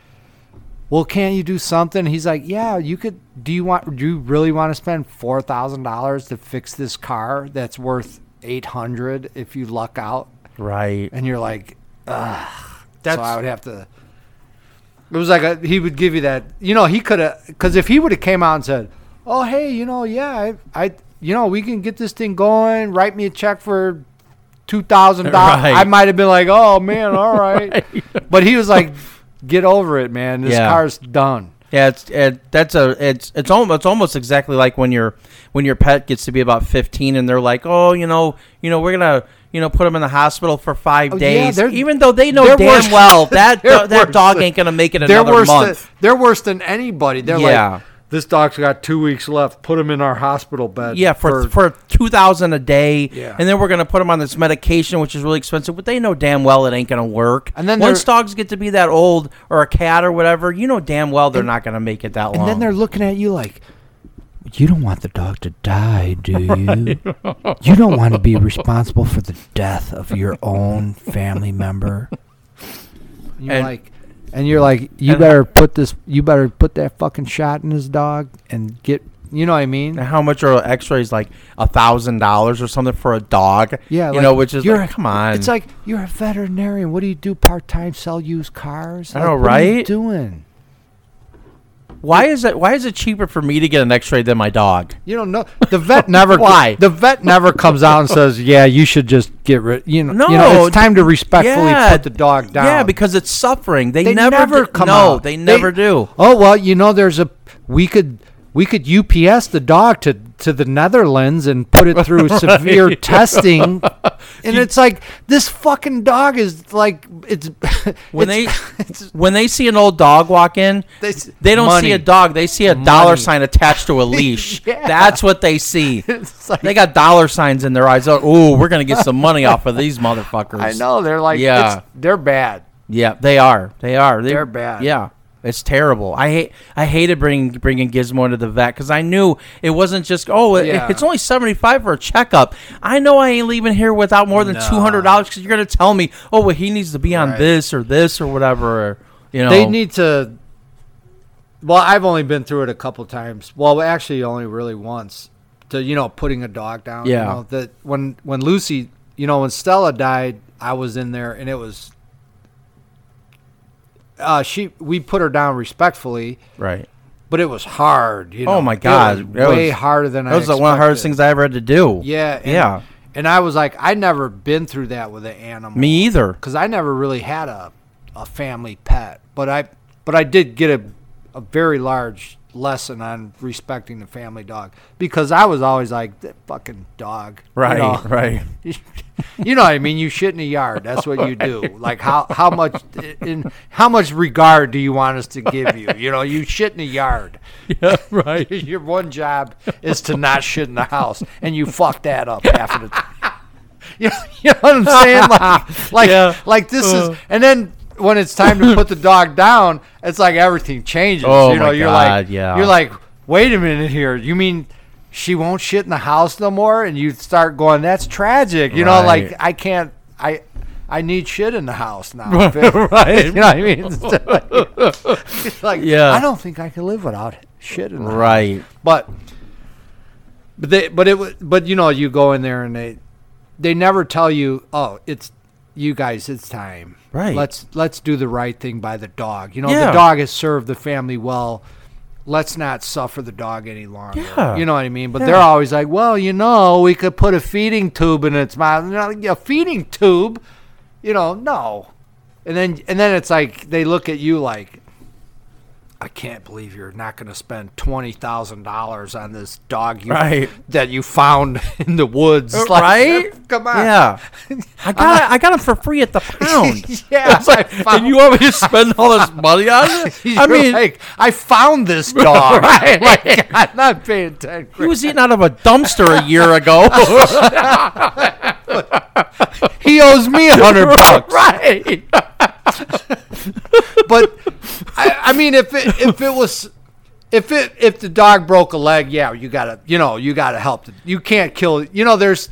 Speaker 2: well, can't you do something? He's like, yeah, you could. Do you want? Do you really want to spend four thousand dollars to fix this car that's worth eight hundred if you luck out?
Speaker 1: Right.
Speaker 2: And you're like,
Speaker 1: That's
Speaker 2: so I would have to. It was like a, he would give you that. You know, he could have because if he would have came out and said, "Oh, hey, you know, yeah, I, I, you know, we can get this thing going. Write me a check for two thousand
Speaker 1: Right.
Speaker 2: dollars," I might have been like, "Oh man, all right." But he was like, "Get over it, man. This
Speaker 1: Yeah.
Speaker 2: car's done."
Speaker 1: Yeah, it's it, that's a it's it's almost it's almost exactly like when your when your pet gets to be about fifteen and they're like, oh, you know, you know, we're gonna you know put them in the hospital for five
Speaker 2: Oh, yeah,
Speaker 1: days,
Speaker 2: they're-
Speaker 1: even though they know
Speaker 2: they're
Speaker 1: damn
Speaker 2: worse-
Speaker 1: well that
Speaker 2: they're
Speaker 1: do- that
Speaker 2: worse
Speaker 1: dog
Speaker 2: than-
Speaker 1: ain't gonna make it
Speaker 2: They're
Speaker 1: another
Speaker 2: worse.
Speaker 1: month.
Speaker 2: Than, they're worse than anybody. They're
Speaker 1: Yeah.
Speaker 2: like, "This dog's got two weeks left. Put him in our hospital bed."
Speaker 1: yeah, for for, two thousand a day,
Speaker 2: Yeah.
Speaker 1: and then we're gonna put them on this medication, which is really expensive. But they know damn well it ain't gonna work.
Speaker 2: And then
Speaker 1: once
Speaker 2: they're-
Speaker 1: dogs get to be that old, or a cat, or whatever, you know damn well they're not gonna make it that long.
Speaker 2: And then they're looking at you like, you don't want the dog to die, do you? you don't want to be responsible for the death of your own family member. And you're
Speaker 1: And-
Speaker 2: like, and you're like, you
Speaker 1: and-
Speaker 2: better put this, you better put that fucking shot in his dog and get, you know what I mean?
Speaker 1: how much are x-rays like a thousand dollars or something for a dog
Speaker 2: Yeah,
Speaker 1: you
Speaker 2: like,
Speaker 1: know which is
Speaker 2: you're
Speaker 1: like,
Speaker 2: a-
Speaker 1: come on
Speaker 2: It's like you're a veterinarian. What do you do part time? Sell used cars?
Speaker 1: I know,
Speaker 2: Like, what are you
Speaker 1: right?
Speaker 2: doing?
Speaker 1: why is it why is it cheaper for me to get an x-ray than my dog
Speaker 2: You don't know. The vet never.
Speaker 1: Why?
Speaker 2: The vet never comes out and says, "Yeah, you should just get rid." You know.
Speaker 1: No,
Speaker 2: you know, it's time to respectfully
Speaker 1: yeah,
Speaker 2: put the dog down.
Speaker 1: yeah because it's suffering they,
Speaker 2: they
Speaker 1: never,
Speaker 2: never,
Speaker 1: d-
Speaker 2: come
Speaker 1: no
Speaker 2: out.
Speaker 1: they never do
Speaker 2: Oh well, you know, there's a we could we could UPS the dog to to the Netherlands and put it through severe testing. And it's like this fucking dog is like it's
Speaker 1: when
Speaker 2: it's-
Speaker 1: they when they see an old dog walk in they,
Speaker 2: They s-
Speaker 1: don't
Speaker 2: money.
Speaker 1: see a dog they see a dollar
Speaker 2: Money.
Speaker 1: sign attached to a leash
Speaker 2: Yeah.
Speaker 1: that's what they see
Speaker 2: It's like-
Speaker 1: they got dollar signs in their eyes oh ooh, we're gonna get some money off of these motherfuckers
Speaker 2: I know they're like
Speaker 1: Yeah.
Speaker 2: it's, they're bad.
Speaker 1: Yeah, they are. They are. They,
Speaker 2: They're bad.
Speaker 1: Yeah, it's terrible. I hate. I hated bringing bringing Gizmo to the vet because I knew it wasn't just oh, it-
Speaker 2: Yeah.
Speaker 1: it's only seventy five for a checkup. I know I ain't leaving here without more than two hundred dollars because you're gonna tell me oh well he needs to be on this or this or whatever. Or, you know
Speaker 2: They need to. Well, I've only been through it a couple times. Well, actually, only really once. To you know, putting a dog down.
Speaker 1: Yeah.
Speaker 2: You know, that when when Lucy, you know, when Stella died, I was in there, and it was. Uh, she we put her down respectfully,
Speaker 1: right.
Speaker 2: but it was hard. You know,
Speaker 1: Oh my
Speaker 2: It
Speaker 1: God,
Speaker 2: was
Speaker 1: that
Speaker 2: way
Speaker 1: was-
Speaker 2: harder than
Speaker 1: That
Speaker 2: I.
Speaker 1: was like one of the hardest
Speaker 2: expected.
Speaker 1: things I ever had to do.
Speaker 2: Yeah. And,
Speaker 1: yeah.
Speaker 2: And I was like, I never been through that with an animal
Speaker 1: Me either.
Speaker 2: because I never really had a, a family pet, but I but I did get a, a very large lesson on respecting the family dog because I was always like that fucking dog, you
Speaker 1: Right.
Speaker 2: know?
Speaker 1: Right.
Speaker 2: You know what I mean? You shit in the yard. That's what you do. Like how how much in how much regard do you want us to give you? You know, you shit in the yard.
Speaker 1: Yeah. Right.
Speaker 2: Your one job is to not shit in the house, and you fuck that up half of the time. You know, you know what I'm saying? Like, like,
Speaker 1: Yeah.
Speaker 2: like this
Speaker 1: Uh.
Speaker 2: is, and then when it's time to put the dog down, it's like everything changes.
Speaker 1: Oh,
Speaker 2: you know,
Speaker 1: my
Speaker 2: you're
Speaker 1: God,
Speaker 2: like,
Speaker 1: yeah.
Speaker 2: you're like, wait a minute here. You mean she won't shit in the house no more? And you start going, that's tragic. You know,
Speaker 1: Right.
Speaker 2: like I can't, I, I need shit in the house now. right. You know what I mean? It's like- it's like,
Speaker 1: Yeah.
Speaker 2: I don't think I can live without shit in the house.
Speaker 1: Right.
Speaker 2: But but they but it wa- but you know you go in there and they they never tell you oh it's you guys it's time
Speaker 1: Right.
Speaker 2: let's let's do the right thing by the dog you know
Speaker 1: Yeah.
Speaker 2: the dog has served the family well let's not suffer the dog any longer
Speaker 1: Yeah.
Speaker 2: you know what I mean but they're always like well you know we could put a feeding tube in its mouth And I'm like, a feeding tube you know no and then and then it's like they look at you like I can't believe you're not going to spend twenty thousand dollars on this dog you,
Speaker 1: Right. Uh,
Speaker 2: that you found in the woods, Like,
Speaker 1: right?
Speaker 2: Come on,
Speaker 1: Yeah. I got I got them for free at the pound.
Speaker 2: yeah.
Speaker 1: It's like,
Speaker 2: I found-
Speaker 1: and you want me to spend all this money on it? I
Speaker 2: You're
Speaker 1: mean,
Speaker 2: like, I found this dog.
Speaker 1: Right.
Speaker 2: Like, I'm not paying ten.
Speaker 1: he
Speaker 2: Grand.
Speaker 1: was eating out of a dumpster a year ago.
Speaker 2: He owes me a hundred bucks.
Speaker 1: right.
Speaker 2: but I, I mean, if it if it was if it if the dog broke a leg, yeah, you gotta you know you gotta help. The, you can't kill. You know, there's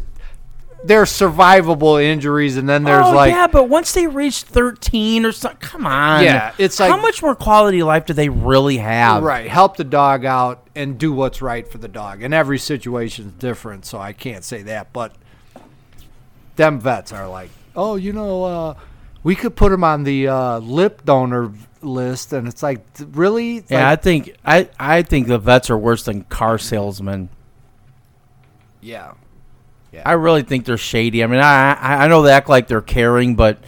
Speaker 2: there's survivable injuries, and then there's
Speaker 1: oh,
Speaker 2: like
Speaker 1: yeah, but once they reach thirteen or something, come on.
Speaker 2: Yeah, it's like-
Speaker 1: how much more quality of life do they really have?
Speaker 2: right, help the dog out and do what's right for the dog. And every situation's different, so I can't say that. But them vets are like, oh, you know, uh, we could put him on the uh, lip donor list, and it's like, th- really? It's
Speaker 1: Yeah,
Speaker 2: like,
Speaker 1: I think I, I think the vets are worse than car salesmen.
Speaker 2: yeah.
Speaker 1: I really think they're shady. I mean, I I I know they act like they're caring, but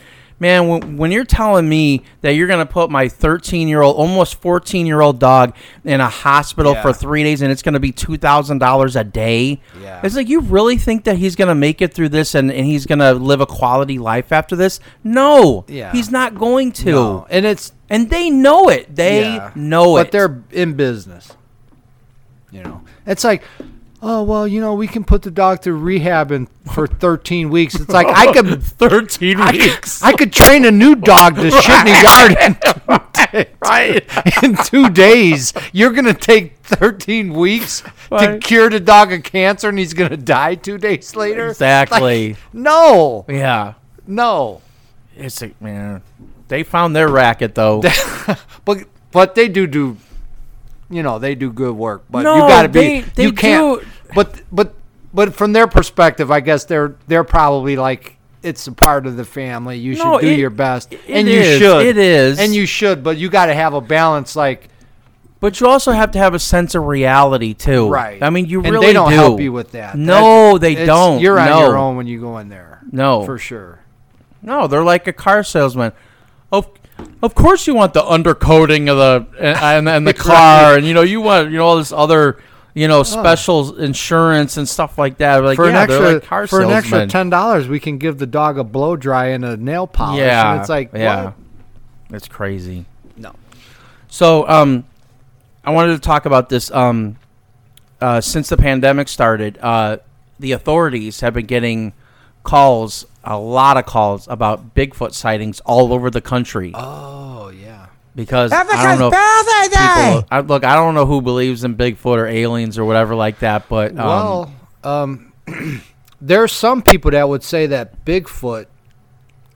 Speaker 1: man, when, when you're telling me that you're gonna put my 13 year old, almost 14 year old dog in a hospital
Speaker 2: Yeah.
Speaker 1: for three days and it's gonna be two thousand dollars a day,
Speaker 2: Yeah.
Speaker 1: it's like you really think that he's gonna make it through this and, and he's gonna live a quality life after this? No,
Speaker 2: Yeah.
Speaker 1: he's not going to.
Speaker 2: No, and it's
Speaker 1: And they know it. They
Speaker 2: Yeah.
Speaker 1: know it.
Speaker 2: But they're in business. You know, it's like, oh well, you know, we can put the dog through rehab in for 13 weeks. It's like I could,
Speaker 1: 13
Speaker 2: I could, I could train a new dog to shit in the yard in, right. in two days. You're gonna take 13 weeks to
Speaker 1: Right.
Speaker 2: cure the dog of cancer, and he's gonna die two days later. It's like,
Speaker 1: Exactly.
Speaker 2: no,
Speaker 1: yeah.
Speaker 2: no.
Speaker 1: It's like, man. They found their racket though.
Speaker 2: but but they do do you know they do good work but you
Speaker 1: No,
Speaker 2: got to be
Speaker 1: they- they
Speaker 2: you can't
Speaker 1: do-
Speaker 2: but but but from their perspective i guess they're they're probably like it's a part of the family you should
Speaker 1: No,
Speaker 2: do
Speaker 1: it-
Speaker 2: your best
Speaker 1: it
Speaker 2: and you
Speaker 1: is,
Speaker 2: should
Speaker 1: it is.
Speaker 2: and you should but you got to have a balance like
Speaker 1: But you also have to have a sense of reality too.
Speaker 2: right
Speaker 1: I mean, you
Speaker 2: and
Speaker 1: really
Speaker 2: they don't
Speaker 1: do.
Speaker 2: help you with that
Speaker 1: No, they
Speaker 2: it's-
Speaker 1: don't.
Speaker 2: you're on
Speaker 1: no.
Speaker 2: your own when you go in there
Speaker 1: No.
Speaker 2: for sure
Speaker 1: No, they're like a car salesman. Of of course, you want the undercoating of the and, and the car, and you know you want you know all this other you know special insurance and stuff like that. Like
Speaker 2: for
Speaker 1: yeah,
Speaker 2: an extra
Speaker 1: they're like car
Speaker 2: for an
Speaker 1: salesmen.
Speaker 2: extra ten dollars, we can give the dog a blow dry and a nail polish.
Speaker 1: yeah,
Speaker 2: and it's like
Speaker 1: yeah,
Speaker 2: what?
Speaker 1: it's crazy.
Speaker 2: no,
Speaker 1: So, um, I wanted to talk about this. Um, uh, since the pandemic started, uh, the authorities have been getting calls, a lot of calls about Bigfoot sightings all over the country.
Speaker 2: oh yeah.
Speaker 1: because I don't know if people, I, look, I don't know who believes in Bigfoot or aliens or whatever like that, but um,
Speaker 2: Well, um, there are some people that would say that Bigfoot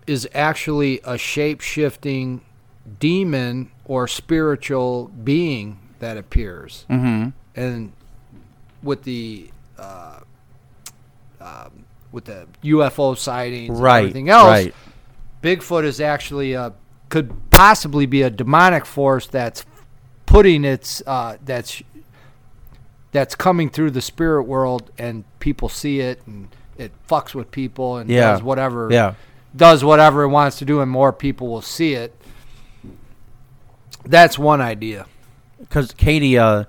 Speaker 2: is actually a shape shifting demon or spiritual being that appears. Mm-hmm. And with the. Uh, um, with the UFO sightings
Speaker 1: right,
Speaker 2: and everything else,
Speaker 1: right,
Speaker 2: Bigfoot is actually a could possibly be a demonic force that's putting its uh, that's that's coming through the spirit world and people see it and it fucks with people and
Speaker 1: Yeah.
Speaker 2: does whatever
Speaker 1: yeah,
Speaker 2: does whatever it wants to do and more people will see it. That's one idea.
Speaker 1: because Katie, uh,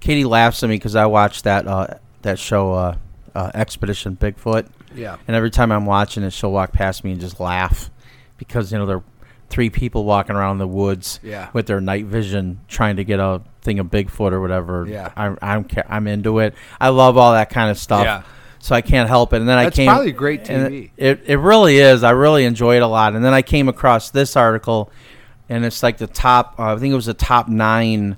Speaker 1: Katie laughs at me because I watched that uh, that show, uh, uh, Expedition Bigfoot.
Speaker 2: Yeah.
Speaker 1: And every time I'm watching it, she'll walk past me and just laugh because you know they're three people walking around in the woods
Speaker 2: Yeah.
Speaker 1: with their night vision trying to get a thing of Bigfoot or whatever.
Speaker 2: Yeah.
Speaker 1: I'm I'm ca- I'm into it. I love all that kind of stuff.
Speaker 2: Yeah.
Speaker 1: So I can't help it. And then
Speaker 2: That's
Speaker 1: I came
Speaker 2: probably great
Speaker 1: and
Speaker 2: TV.
Speaker 1: It it really is. I really enjoy it a lot. And then I came across this article, and it's like the top. Uh, I think it was the top nine.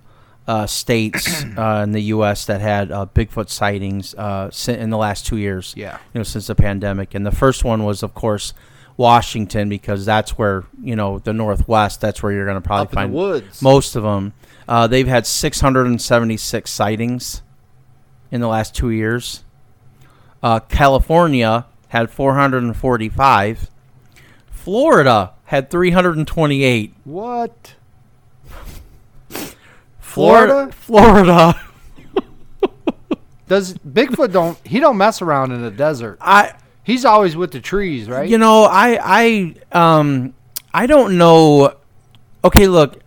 Speaker 1: Uh, states uh, in the U.S. that had uh, Bigfoot sightings uh, si- in the last two years
Speaker 2: Yeah.
Speaker 1: you know, since the pandemic. And the first one was, of course, Washington, because that's where, you know, the Northwest, that's where you're going to probably
Speaker 2: Up in the
Speaker 1: find
Speaker 2: woods.
Speaker 1: most of them. Uh, they've had 676 sightings in the last two years. Uh, California had 445. Florida had 328.
Speaker 2: What?
Speaker 1: Flor- Florida.
Speaker 2: Does Bigfoot don't he don't mess around in the desert.
Speaker 1: I.
Speaker 2: He's always with the trees, right?
Speaker 1: You know, I I um I don't know. Okay, look,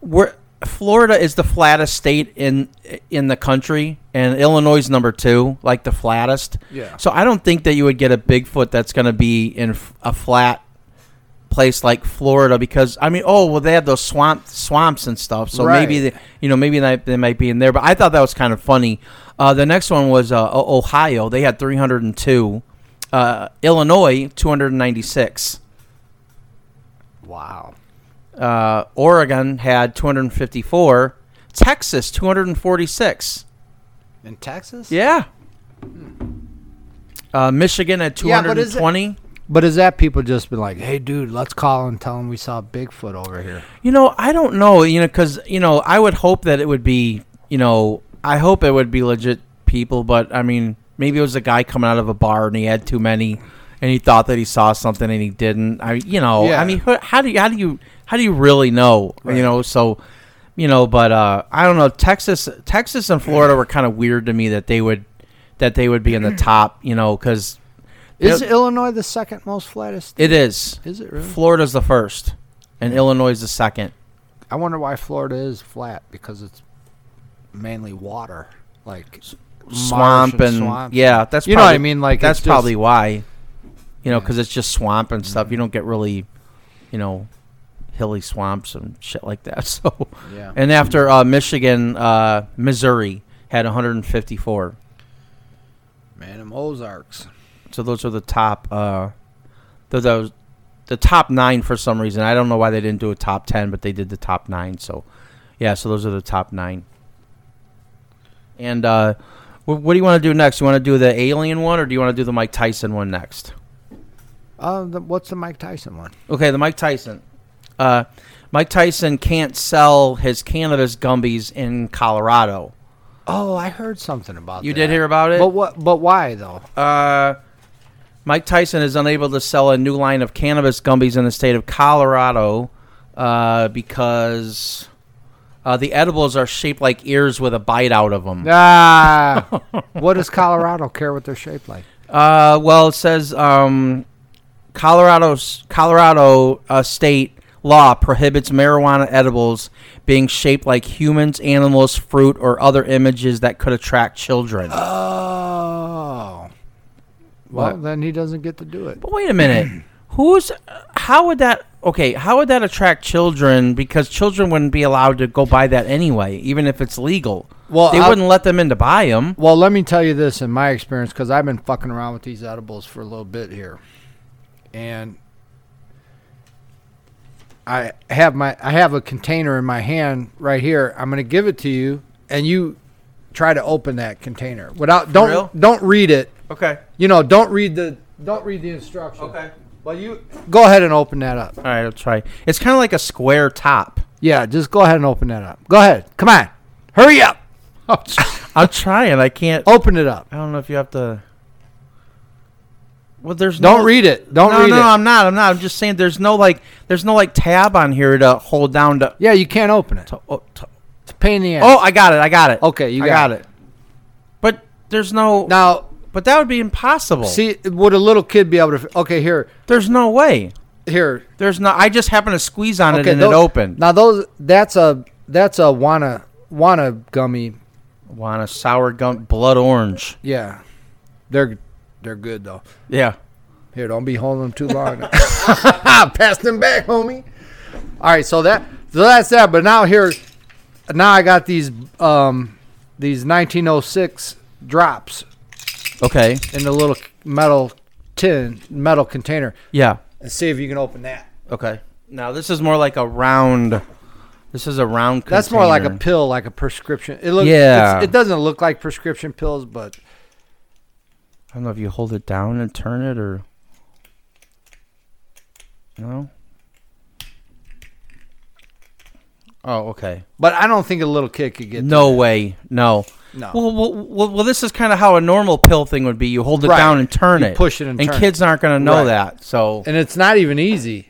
Speaker 1: we're Florida is the flattest state in in the country, and Illinois is number two, like the flattest.
Speaker 2: Yeah.
Speaker 1: So I don't think that you would get a Bigfoot that's going to be in f- a flat place like Florida because I mean, oh well, they have those swamp swamps and stuff, so
Speaker 2: Right.
Speaker 1: maybe they, you know maybe they, they might be in there. But I thought that was kind of funny. Uh, the next one was uh, O- Ohio. They had 302. Uh, Illinois 296.
Speaker 2: wow.
Speaker 1: Uh, Oregon had 254. Texas 246.
Speaker 2: In Texas?
Speaker 1: Yeah. Uh, Michigan at
Speaker 2: Yeah, but is it-
Speaker 1: 220.
Speaker 2: But is that people just been like, hey, dude, let's call and tell them we saw Bigfoot over here?
Speaker 1: You know, I don't know. You know, because you know, I would hope that it would be. You know, I hope it would be legit people, but I mean, maybe it was a guy coming out of a bar and he had too many, and he thought that he saw something and he didn't. I, you know,
Speaker 2: Yeah.
Speaker 1: I mean, how, how do you, how do you, how do you really know? You know, so, you know, but uh, I don't know. Texas, Texas, and Florida were kind of weird to me that they would, that they would be in the top. You know, because
Speaker 2: Is
Speaker 1: Yep.
Speaker 2: Illinois the second most flattest?
Speaker 1: it is.
Speaker 2: Is it really?
Speaker 1: Florida's the first, and Illinois is the second.
Speaker 2: I wonder why Florida is flat because it's mainly water, like
Speaker 1: swamp and,
Speaker 2: swamp.
Speaker 1: yeah, that's
Speaker 2: You know what I mean? Like,
Speaker 1: that's
Speaker 2: it's just-
Speaker 1: probably why, you know, because it's just swamp and stuff.
Speaker 2: Mm-hmm.
Speaker 1: You don't get really, you know, hilly swamps and shit like that. So
Speaker 2: Yeah.
Speaker 1: and after uh, Michigan, uh, Missouri had 154.
Speaker 2: man, them Ozarks.
Speaker 1: So those are the top. Uh, those those the top nine for some reason. I don't know why they didn't do a top ten, but they did the top nine. So yeah, so those are the top nine. And uh, wh- what do you want to do next? You want to do the alien one, or do you want to do the Mike Tyson one next?
Speaker 2: Uh, the, what's the Mike Tyson one?
Speaker 1: Okay, the Mike Tyson. Uh, Mike Tyson can't sell his cannabis gummies in Colorado.
Speaker 2: Oh, I heard something about
Speaker 1: You
Speaker 2: that.
Speaker 1: did hear about it?
Speaker 2: But what? But why though?
Speaker 1: Uh, Mike Tyson is unable to sell a new line of cannabis gummies in the state of Colorado uh, because uh, the edibles are shaped like ears with a bite out of them.
Speaker 2: Ah, what does Colorado care what they're shaped like?
Speaker 1: Uh, well, it says um, Colorado's Colorado uh, state law prohibits marijuana edibles being shaped like humans, animals, fruit, or other images that could attract children.
Speaker 2: Oh, well
Speaker 1: What?
Speaker 2: then he doesn't get to do it.
Speaker 1: But wait a minute. Who's how would that okay, how would that attract children because children wouldn't be allowed to go buy that anyway, even if it's legal.
Speaker 2: Well,
Speaker 1: they
Speaker 2: I-
Speaker 1: wouldn't let them in to buy them.
Speaker 2: Well, let me tell you this in my experience because I've been fucking around with these edibles for a little bit here, and I have my I have a container in my hand right here. I'm going to give it to you, and you try to open that container without don't
Speaker 1: real?
Speaker 2: don't read it.
Speaker 1: Okay.
Speaker 2: You know, don't read the don't read the instructions.
Speaker 1: Okay.
Speaker 2: Well, you go ahead and open that up.
Speaker 1: All right, I'll try. It's kind of like a square top.
Speaker 2: Yeah, just go ahead and open that up. Go ahead. Come on. Hurry up.
Speaker 1: I'm trying. I can't.
Speaker 2: Open it up.
Speaker 1: I don't know if you have to. Well, there's
Speaker 2: Don't
Speaker 1: no-
Speaker 2: read it. Don't
Speaker 1: no,
Speaker 2: read
Speaker 1: no,
Speaker 2: it.
Speaker 1: I'm not. I'm not. I'm just saying. There's no like. There's no like tab on here to hold down to.
Speaker 2: Yeah, you can't open it.
Speaker 1: to, oh, to
Speaker 2: It's a pain in the ass.
Speaker 1: oh, I got it. I got it.
Speaker 2: Okay, you
Speaker 1: I
Speaker 2: got
Speaker 1: got it. But there's no.
Speaker 2: Now,
Speaker 1: But that would be impossible.
Speaker 2: see, would a little kid be able to? Okay, here,
Speaker 1: there's no way.
Speaker 2: here.
Speaker 1: There's no. I just happened to squeeze on it
Speaker 2: Okay,
Speaker 1: and
Speaker 2: those-
Speaker 1: it opened.
Speaker 2: Now those, that's a that's a wanna wanna gummy.
Speaker 1: Want a sour gum blood orange?
Speaker 2: Yeah, they're they're good though.
Speaker 1: Yeah.
Speaker 2: Here, don't be holding them too long. Pass them back, homie. All right, so that so that's that. But now here, now I got these um these 1906 drops
Speaker 1: Okay.
Speaker 2: in the little metal tin metal container,
Speaker 1: Yeah.
Speaker 2: and see if you can open that.
Speaker 1: Okay. Now this is more like a round. This is a round.
Speaker 2: That's more like a
Speaker 1: container.
Speaker 2: pill, like a prescription. It looks,
Speaker 1: Yeah.
Speaker 2: it's, it doesn't look like prescription pills, but
Speaker 1: I don't know if you hold it down and turn it or. No. Oh, okay.
Speaker 2: but I don't think a little kid could get.
Speaker 1: No way. No.
Speaker 2: No.
Speaker 1: Well, well, well, well, this is kind of how a normal pill thing would be. You hold it
Speaker 2: Right.
Speaker 1: down and turn
Speaker 2: You
Speaker 1: it.
Speaker 2: push it and turn it.
Speaker 1: kids aren't going to know
Speaker 2: Right.
Speaker 1: that. So.
Speaker 2: and it's not even easy.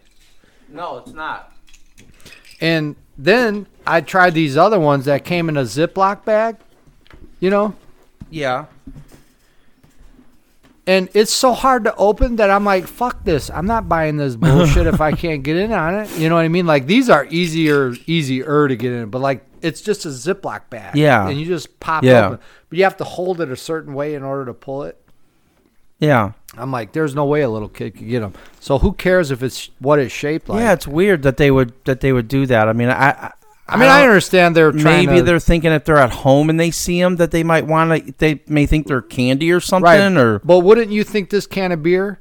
Speaker 1: no, it's not.
Speaker 2: And then I tried these other ones that came in a Ziploc bag, you know,
Speaker 1: Yeah.
Speaker 2: and it's so hard to open that I'm like, fuck this. I'm not buying this bullshit if I can't get in on it. You know what I mean? Like these are easier, easier to get in, but like it's just a Ziploc bag.
Speaker 1: Yeah.
Speaker 2: and you just pop
Speaker 1: Yeah.
Speaker 2: it open, but you have to hold it a certain way in order to pull it.
Speaker 1: Yeah.
Speaker 2: I'm like, there's no way a little kid could get them. So who cares if it's what it's shaped like?
Speaker 1: yeah, it's weird that they would that they would do that. I mean, I. I
Speaker 2: I mean, I,
Speaker 1: don't-
Speaker 2: understand they're trying
Speaker 1: Maybe
Speaker 2: to-
Speaker 1: they're thinking if they're at home and they see them that they might want to. They may think they're candy or something
Speaker 2: right,
Speaker 1: or.
Speaker 2: but wouldn't you think this can of beer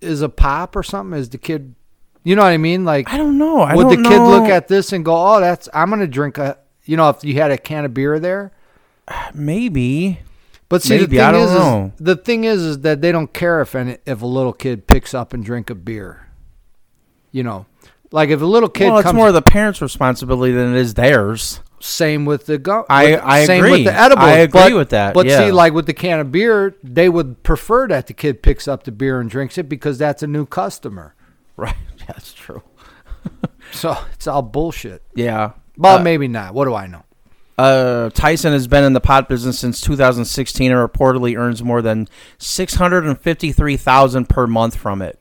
Speaker 2: is a pop or something? Is the kid, you know what I mean? Like,
Speaker 1: I don't know. I
Speaker 2: would the
Speaker 1: don't
Speaker 2: kid look
Speaker 1: know.
Speaker 2: at this and go, "Oh, that's I'm gonna drink a," you know, if you had a can of beer there.
Speaker 1: Maybe.
Speaker 2: But see,
Speaker 1: Maybe,
Speaker 2: the thing
Speaker 1: I don't
Speaker 2: is, is-
Speaker 1: know.
Speaker 2: the thing is, is that they don't care if any, if a little kid picks up and drink a beer. You know, like if a little kid
Speaker 1: well, it's
Speaker 2: comes,
Speaker 1: more the parents' responsibility than it is theirs.
Speaker 2: same with the gum.
Speaker 1: I-
Speaker 2: with-
Speaker 1: I
Speaker 2: same
Speaker 1: agree.
Speaker 2: with the edibles.
Speaker 1: I agree
Speaker 2: but-
Speaker 1: with that,
Speaker 2: But
Speaker 1: yeah.
Speaker 2: see, like with the can of beer, they would prefer that the kid picks up the beer and drinks it because that's a new customer.
Speaker 1: Right. That's true.
Speaker 2: So it's all bullshit.
Speaker 1: Yeah.
Speaker 2: Well, maybe not. What do I know?
Speaker 1: Uh, Tyson has been in the pot business since 2016 and reportedly earns more than 653,000 per month from it.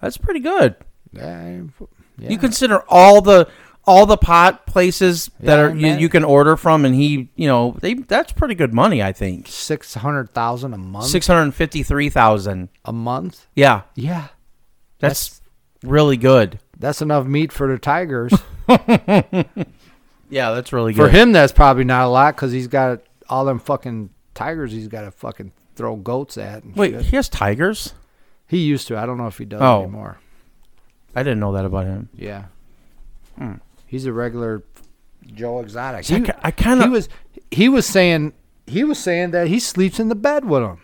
Speaker 1: That's pretty good. You consider all the all the pot places that
Speaker 2: Yeah,
Speaker 1: are you,
Speaker 2: man.
Speaker 1: you can order from, and he, you know, they that's pretty good money. I think
Speaker 2: Six hundred thousand a month.
Speaker 1: six hundred fifty-three thousand.
Speaker 2: a month.
Speaker 1: Yeah,
Speaker 2: Yeah,
Speaker 1: that's really good.
Speaker 2: that's enough meat for the tigers.
Speaker 1: Yeah, that's really good
Speaker 2: For him, that's probably not a lot because he's got all them fucking tigers. He's got to fucking throw goats at. And
Speaker 1: Wait,
Speaker 2: shit.
Speaker 1: he has tigers.
Speaker 2: he used to. I don't know if he does
Speaker 1: Oh.
Speaker 2: anymore.
Speaker 1: I didn't know that about him.
Speaker 2: Yeah, he's a regular Joe Exotic.
Speaker 1: Hmm. I
Speaker 2: He,
Speaker 1: ki- I kinda-
Speaker 2: he was he was saying he was saying that he sleeps in the bed with him.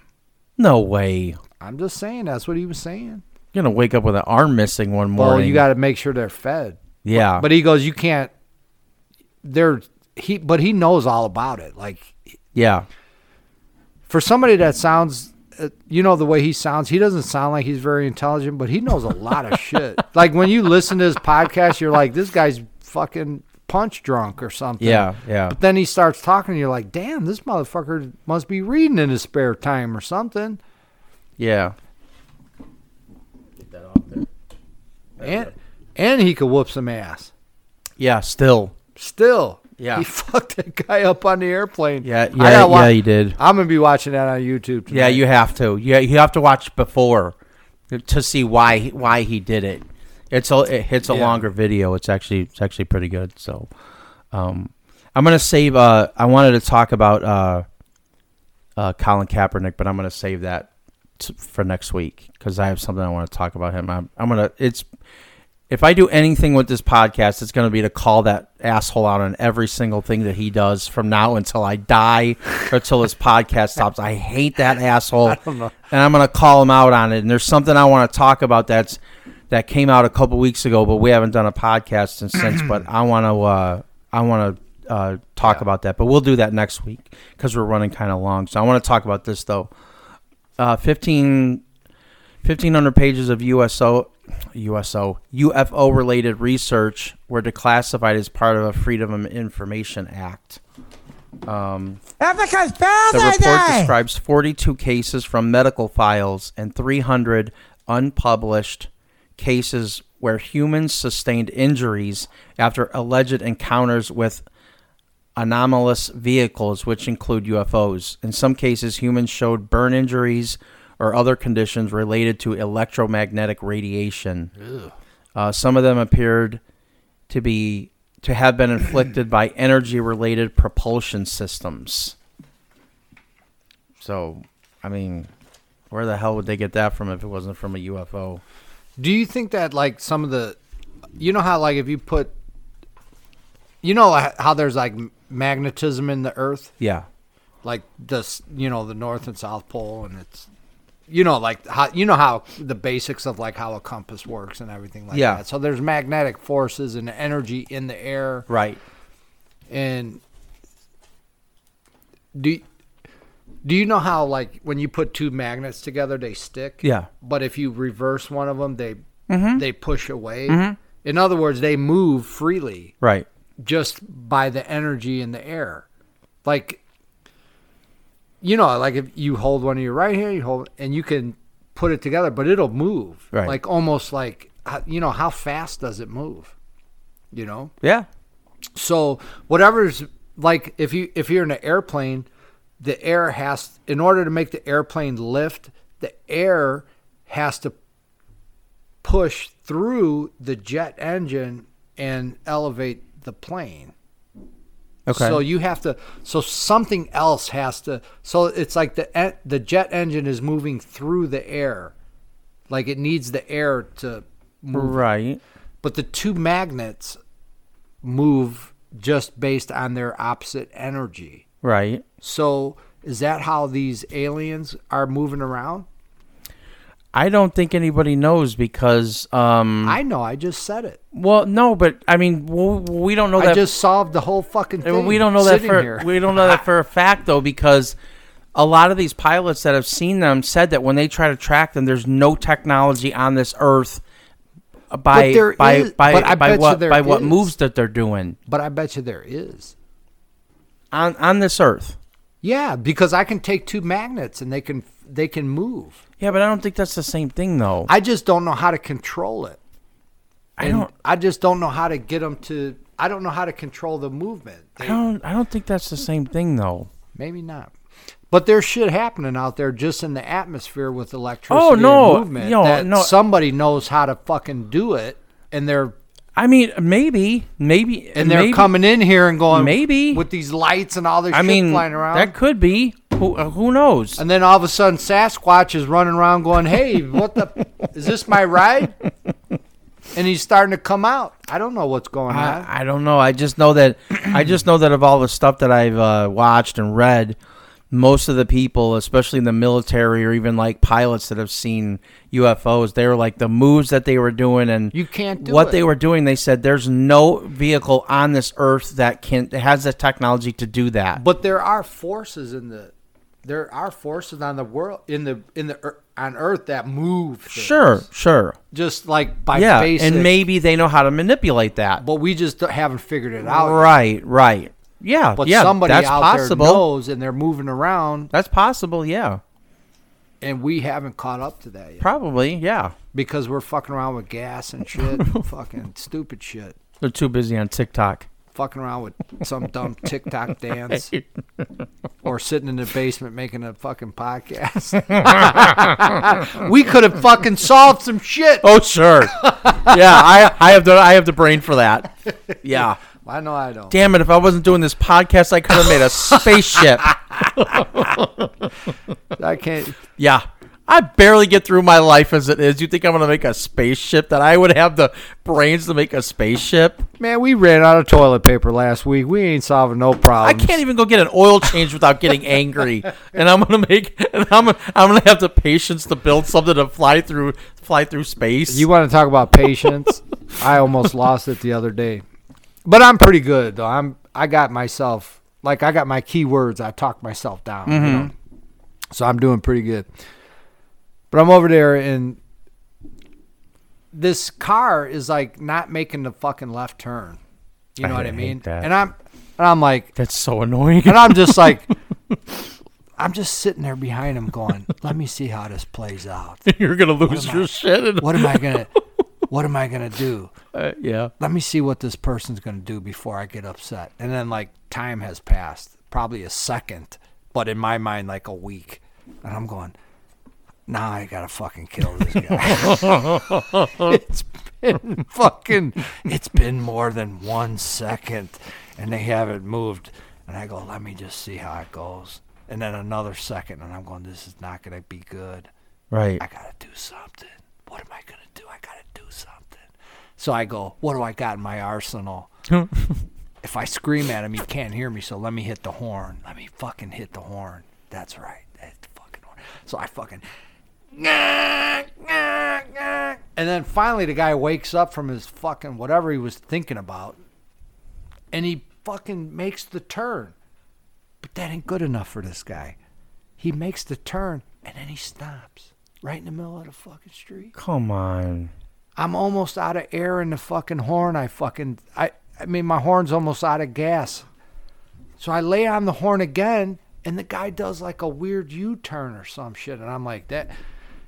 Speaker 1: No way.
Speaker 2: I'm just saying that's what he was saying.
Speaker 1: You're gonna wake up with an arm missing one morning.
Speaker 2: Well, you got to make sure they're fed.
Speaker 1: yeah,
Speaker 2: But he goes, you can't. They're he, but he knows all about it. Like
Speaker 1: yeah.
Speaker 2: for somebody that sounds uh, you know the way he sounds he doesn't sound like he's very intelligent but he knows a lot of shit like when you listen to his podcast you're like this guy's fucking punch drunk or something
Speaker 1: Yeah, yeah.
Speaker 2: but then he starts talking and you're like damn this motherfucker must be reading in his spare time or something
Speaker 1: Yeah.
Speaker 2: and and he could whoop some ass
Speaker 1: Yeah, still.
Speaker 2: still
Speaker 1: Yeah.
Speaker 2: he fucked that guy up on the airplane
Speaker 1: Yeah,
Speaker 2: I
Speaker 1: yeah,
Speaker 2: gotta wa-
Speaker 1: yeah, he did.
Speaker 2: i'm gonna be watching that on youtube
Speaker 1: Yeah,
Speaker 2: tonight.
Speaker 1: you have to. Yeah, you have to watch before to see why why he did it. It's a it hits a
Speaker 2: Yeah.
Speaker 1: longer video. It's actually it's actually pretty good. So, um, I'm gonna save. Uh, I wanted to talk about uh, uh, Colin Kaepernick, but I'm gonna save that t- for next week because I have something I want to talk about him. I'm, I'm gonna. It's if I do anything with this podcast, it's going to be to call that asshole out on every single thing that he does from now until I die or till this podcast stops. I hate that asshole, and I'm going to call him out on it. And there's something I want to talk about that's that came out a couple weeks ago, but we haven't done a podcast since. since but I want to uh, I want to uh, talk about that, but we'll do that next week because we're running kind of long. So I want to talk about this though. Uh, 15 1500 pages of USO USO UFO related research were declassified as part of a Freedom of Information Act. Um, the report describes 42 cases from medical files and 300 unpublished cases where humans sustained injuries after alleged encounters with anomalous vehicles, which include UFOs. In some cases, humans showed burn injuries or other conditions related to electromagnetic radiation. Uh, some of them appeared to be to have been inflicted by energy-related propulsion systems. So, I mean, where the hell would they get that from if it wasn't from a UFO?
Speaker 2: Do you think that like some of the, you know how like if you put, you know h- how there's like m- magnetism in the Earth,
Speaker 1: Yeah.
Speaker 2: like this, you know the North and South Pole, and it's, you know like how you know how the basics of like how a compass works and everything like
Speaker 1: Yeah.
Speaker 2: that. So there's magnetic forces and energy in the air,
Speaker 1: Right.
Speaker 2: and do do you know how like when you put two magnets together they stick?
Speaker 1: Yeah. Mm-hmm.
Speaker 2: But if you reverse one of them, they they push away. In other words, they move freely
Speaker 1: Right.
Speaker 2: just by the energy in the air. Like you know, like if you hold one of your right hand, you hold and you can put it together, but it'll move.
Speaker 1: Right.
Speaker 2: Like almost like how- you know, how fast does it move? You know?
Speaker 1: Yeah.
Speaker 2: So whatever's like if you if you're in an airplane, the air has in order to make the airplane lift, the air has to push through the jet engine and elevate the plane.
Speaker 1: Okay.
Speaker 2: So you have to so something else has to so it's like the en- the jet engine is moving through the air. Like it needs the air to move
Speaker 1: right.
Speaker 2: but the two magnets move just based on their opposite energy.
Speaker 1: Right.
Speaker 2: So Is that how these aliens are moving around?
Speaker 1: I don't think anybody knows because, um,
Speaker 2: I know. I just said it.
Speaker 1: well, no, but I mean, w- we don't know
Speaker 2: I
Speaker 1: that.
Speaker 2: just solved the whole fucking
Speaker 1: And
Speaker 2: thing.
Speaker 1: we don't know that
Speaker 2: sitting
Speaker 1: for
Speaker 2: here.
Speaker 1: we don't know that for a fact though because a lot of these pilots that have seen them said that when they try to track them, there's no technology on this earth by
Speaker 2: But there
Speaker 1: by
Speaker 2: is-
Speaker 1: by
Speaker 2: but I
Speaker 1: by
Speaker 2: bet you
Speaker 1: what
Speaker 2: there
Speaker 1: by what
Speaker 2: is.
Speaker 1: moves that they're doing
Speaker 2: But I bet you there is.
Speaker 1: on on this earth.
Speaker 2: Yeah, because I can take two magnets and they can they can move.
Speaker 1: Yeah, but I don't think that's the same thing though.
Speaker 2: I just don't know how to control it.
Speaker 1: I,
Speaker 2: And
Speaker 1: don't.
Speaker 2: I just don't know how to get them to. I don't know how to control the movement.
Speaker 1: I
Speaker 2: They-
Speaker 1: don't. I don't think that's the same thing though.
Speaker 2: Maybe not. But there's shit happening out there just in the atmosphere with electricity
Speaker 1: Oh, no.
Speaker 2: and movement.
Speaker 1: No,
Speaker 2: that
Speaker 1: no.
Speaker 2: Somebody knows how to fucking do it, and they're
Speaker 1: I mean, maybe, maybe,
Speaker 2: and they're
Speaker 1: maybe-
Speaker 2: coming in here and going
Speaker 1: Maybe.
Speaker 2: with these lights and all this
Speaker 1: I
Speaker 2: shit
Speaker 1: mean,
Speaker 2: flying around.
Speaker 1: that could be. Who uh, who knows?
Speaker 2: and then all of a sudden, Sasquatch is running around going, "Hey, what the? is this my ride?" And he's starting to come out. I don't know what's going on.
Speaker 1: I, I don't know. I just know that I just know that of all the stuff that I've uh, watched and read, most of the people, especially in the military or even like pilots that have seen UFOs, they were like the moves that they were doing and
Speaker 2: You can't do
Speaker 1: what
Speaker 2: it.
Speaker 1: they were doing. They said there's no vehicle on this earth that can that has the technology to do that.
Speaker 2: But there are forces in the there are forces on the world in the in the ear- on Earth that move. things.
Speaker 1: sure, sure,
Speaker 2: just like by
Speaker 1: yeah,
Speaker 2: basic.
Speaker 1: and maybe they know how to manipulate that.
Speaker 2: but we just don't- haven't figured it out.
Speaker 1: right, right, yeah,
Speaker 2: But
Speaker 1: yeah.
Speaker 2: somebody
Speaker 1: that's
Speaker 2: out
Speaker 1: possible.
Speaker 2: there knows, and they're moving around,
Speaker 1: That's possible. Yeah,
Speaker 2: and we haven't caught up to that yet
Speaker 1: probably. Yeah.
Speaker 2: because we're fucking around with gas and shit, and fucking stupid shit,
Speaker 1: They're too busy on TikTok.
Speaker 2: fucking around with some dumb TikTok dance, or sitting in the basement making a fucking podcast. we could have fucking solved some shit.
Speaker 1: Oh sure, yeah. I I have the I have the brain for that. Yeah.
Speaker 2: I know I don't.
Speaker 1: Damn it! If I wasn't doing this podcast, I could have made a spaceship.
Speaker 2: I can't.
Speaker 1: Yeah. I barely get through my life as it is. You think I'm gonna make a spaceship? That I would have the brains to make a spaceship?
Speaker 2: Man, we ran out of toilet paper last week. We ain't solving no
Speaker 1: I
Speaker 2: problems.
Speaker 1: can't even go get an oil change without getting angry. And I'm gonna make. And I'm I'm gonna have the patience to build something to fly through fly through space.
Speaker 2: You want to talk about patience? I almost lost it the other day, but I'm pretty good though. I'm I got myself like I got my keywords. I talked myself down, you know?
Speaker 1: Mm-hmm.
Speaker 2: so I'm doing pretty good. But I'm over there and this car is like not making the fucking left turn. You know what I
Speaker 1: hate
Speaker 2: mean?
Speaker 1: that.
Speaker 2: And I'm and I'm like,
Speaker 1: That's so annoying.
Speaker 2: and I'm just like, I'm just sitting there behind him going, let me see how this plays out.
Speaker 1: You're gonna lose
Speaker 2: am I-
Speaker 1: your shit. And,
Speaker 2: What am I going to, what am I going to do?
Speaker 1: uh, yeah.
Speaker 2: Let me see what this person's going to do before I get upset. And then like time has passed, probably a second, but in my mind, like a week. And I'm going, now I got to fucking kill this guy. it's been fucking, it's been more than one second and they haven't moved. And I go, let me just see how it goes. And then another second, and I'm going, this is not going to be good.
Speaker 1: Right.
Speaker 2: I gotta do something. What am I gonna do? I gotta do something. So I go, what do I got in my arsenal? if I scream at him, he can't hear me. So let me hit the horn. Let me fucking hit the horn. That's right. Hit the fucking horn. So I fucking. And then finally, the guy wakes up from his fucking whatever he was thinking about, and he fucking makes the turn. But that ain't good enough for this guy. He makes the turn and then he stops right in the middle of the fucking street.
Speaker 1: Come on.
Speaker 2: I'm almost out of air in the fucking horn. I fucking I I mean my horn's almost out of gas. So I lay on the horn again and the guy does like a weird U-turn or some shit and I'm like that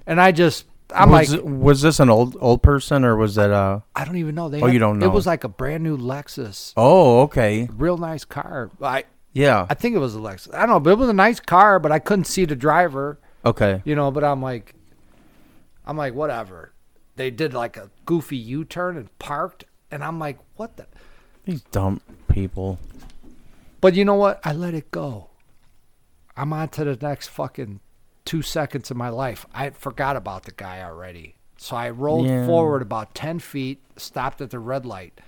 Speaker 2: and I just I'm
Speaker 1: was,
Speaker 2: like
Speaker 1: was this an old old person or was that a?
Speaker 2: I don't even know they
Speaker 1: Oh, you don't know.
Speaker 2: It was like a brand new Lexus.
Speaker 1: Oh, okay.
Speaker 2: Real nice car. I
Speaker 1: Yeah.
Speaker 2: I think it was a Lexus. I don't know, but it was a nice car, but I couldn't see the driver.
Speaker 1: Okay.
Speaker 2: you know but i'm like i'm like whatever they did like a goofy u-turn and parked and i'm like what the
Speaker 1: These dumb people.
Speaker 2: but you know what i let it go i'm on to the next fucking two seconds of my life i forgot about the guy already so i rolled
Speaker 1: Yeah.
Speaker 2: forward about 10 feet stopped at the red light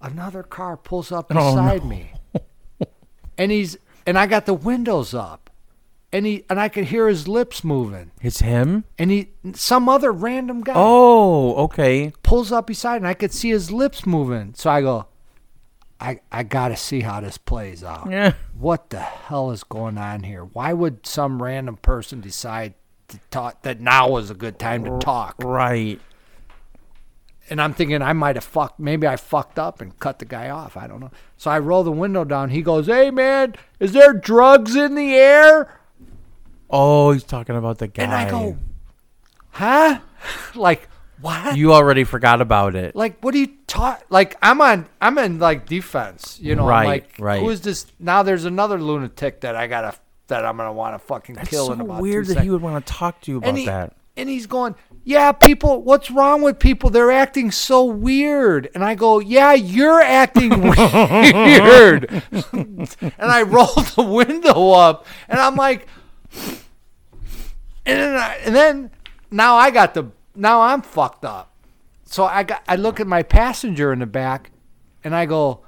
Speaker 2: another car pulls up
Speaker 1: Oh, no.
Speaker 2: beside me and he's and i got the windows up and he and I could hear his lips moving.
Speaker 1: It's him.
Speaker 2: And he some other random guy
Speaker 1: Oh, okay.
Speaker 2: pulls up beside and I could see his lips moving. So I go, I I gotta see how this plays out.
Speaker 1: Yeah.
Speaker 2: What the hell is going on here? Why would some random person decide to talk that now was a good time to talk?
Speaker 1: Right.
Speaker 2: and I'm thinking I might have fucked. Maybe I fucked up and cut the guy off. I don't know. So I roll the window down. He goes, "Hey man, is there drugs in the air?"
Speaker 1: Oh, he's talking about the guy.
Speaker 2: And I go, "Huh? Like what?
Speaker 1: You already forgot about it.
Speaker 2: like what are you talk? Like I'm on. I'm in like defense. You know, I'm
Speaker 1: Right,
Speaker 2: like
Speaker 1: right.
Speaker 2: who is this? Now there's another lunatic that I gotta that I'm gonna want to fucking
Speaker 1: That's
Speaker 2: kill
Speaker 1: so
Speaker 2: in about two
Speaker 1: weird that
Speaker 2: seconds.
Speaker 1: he would want to talk to you about
Speaker 2: and he,
Speaker 1: that.
Speaker 2: And he's going, Yeah, people, what's wrong with people? They're acting so weird. And I go, Yeah, you're acting weird. and I rolled the window up and I'm like, and then, I, and then now I got the, now I'm fucked up. So I got, I look at my passenger in the back and I go,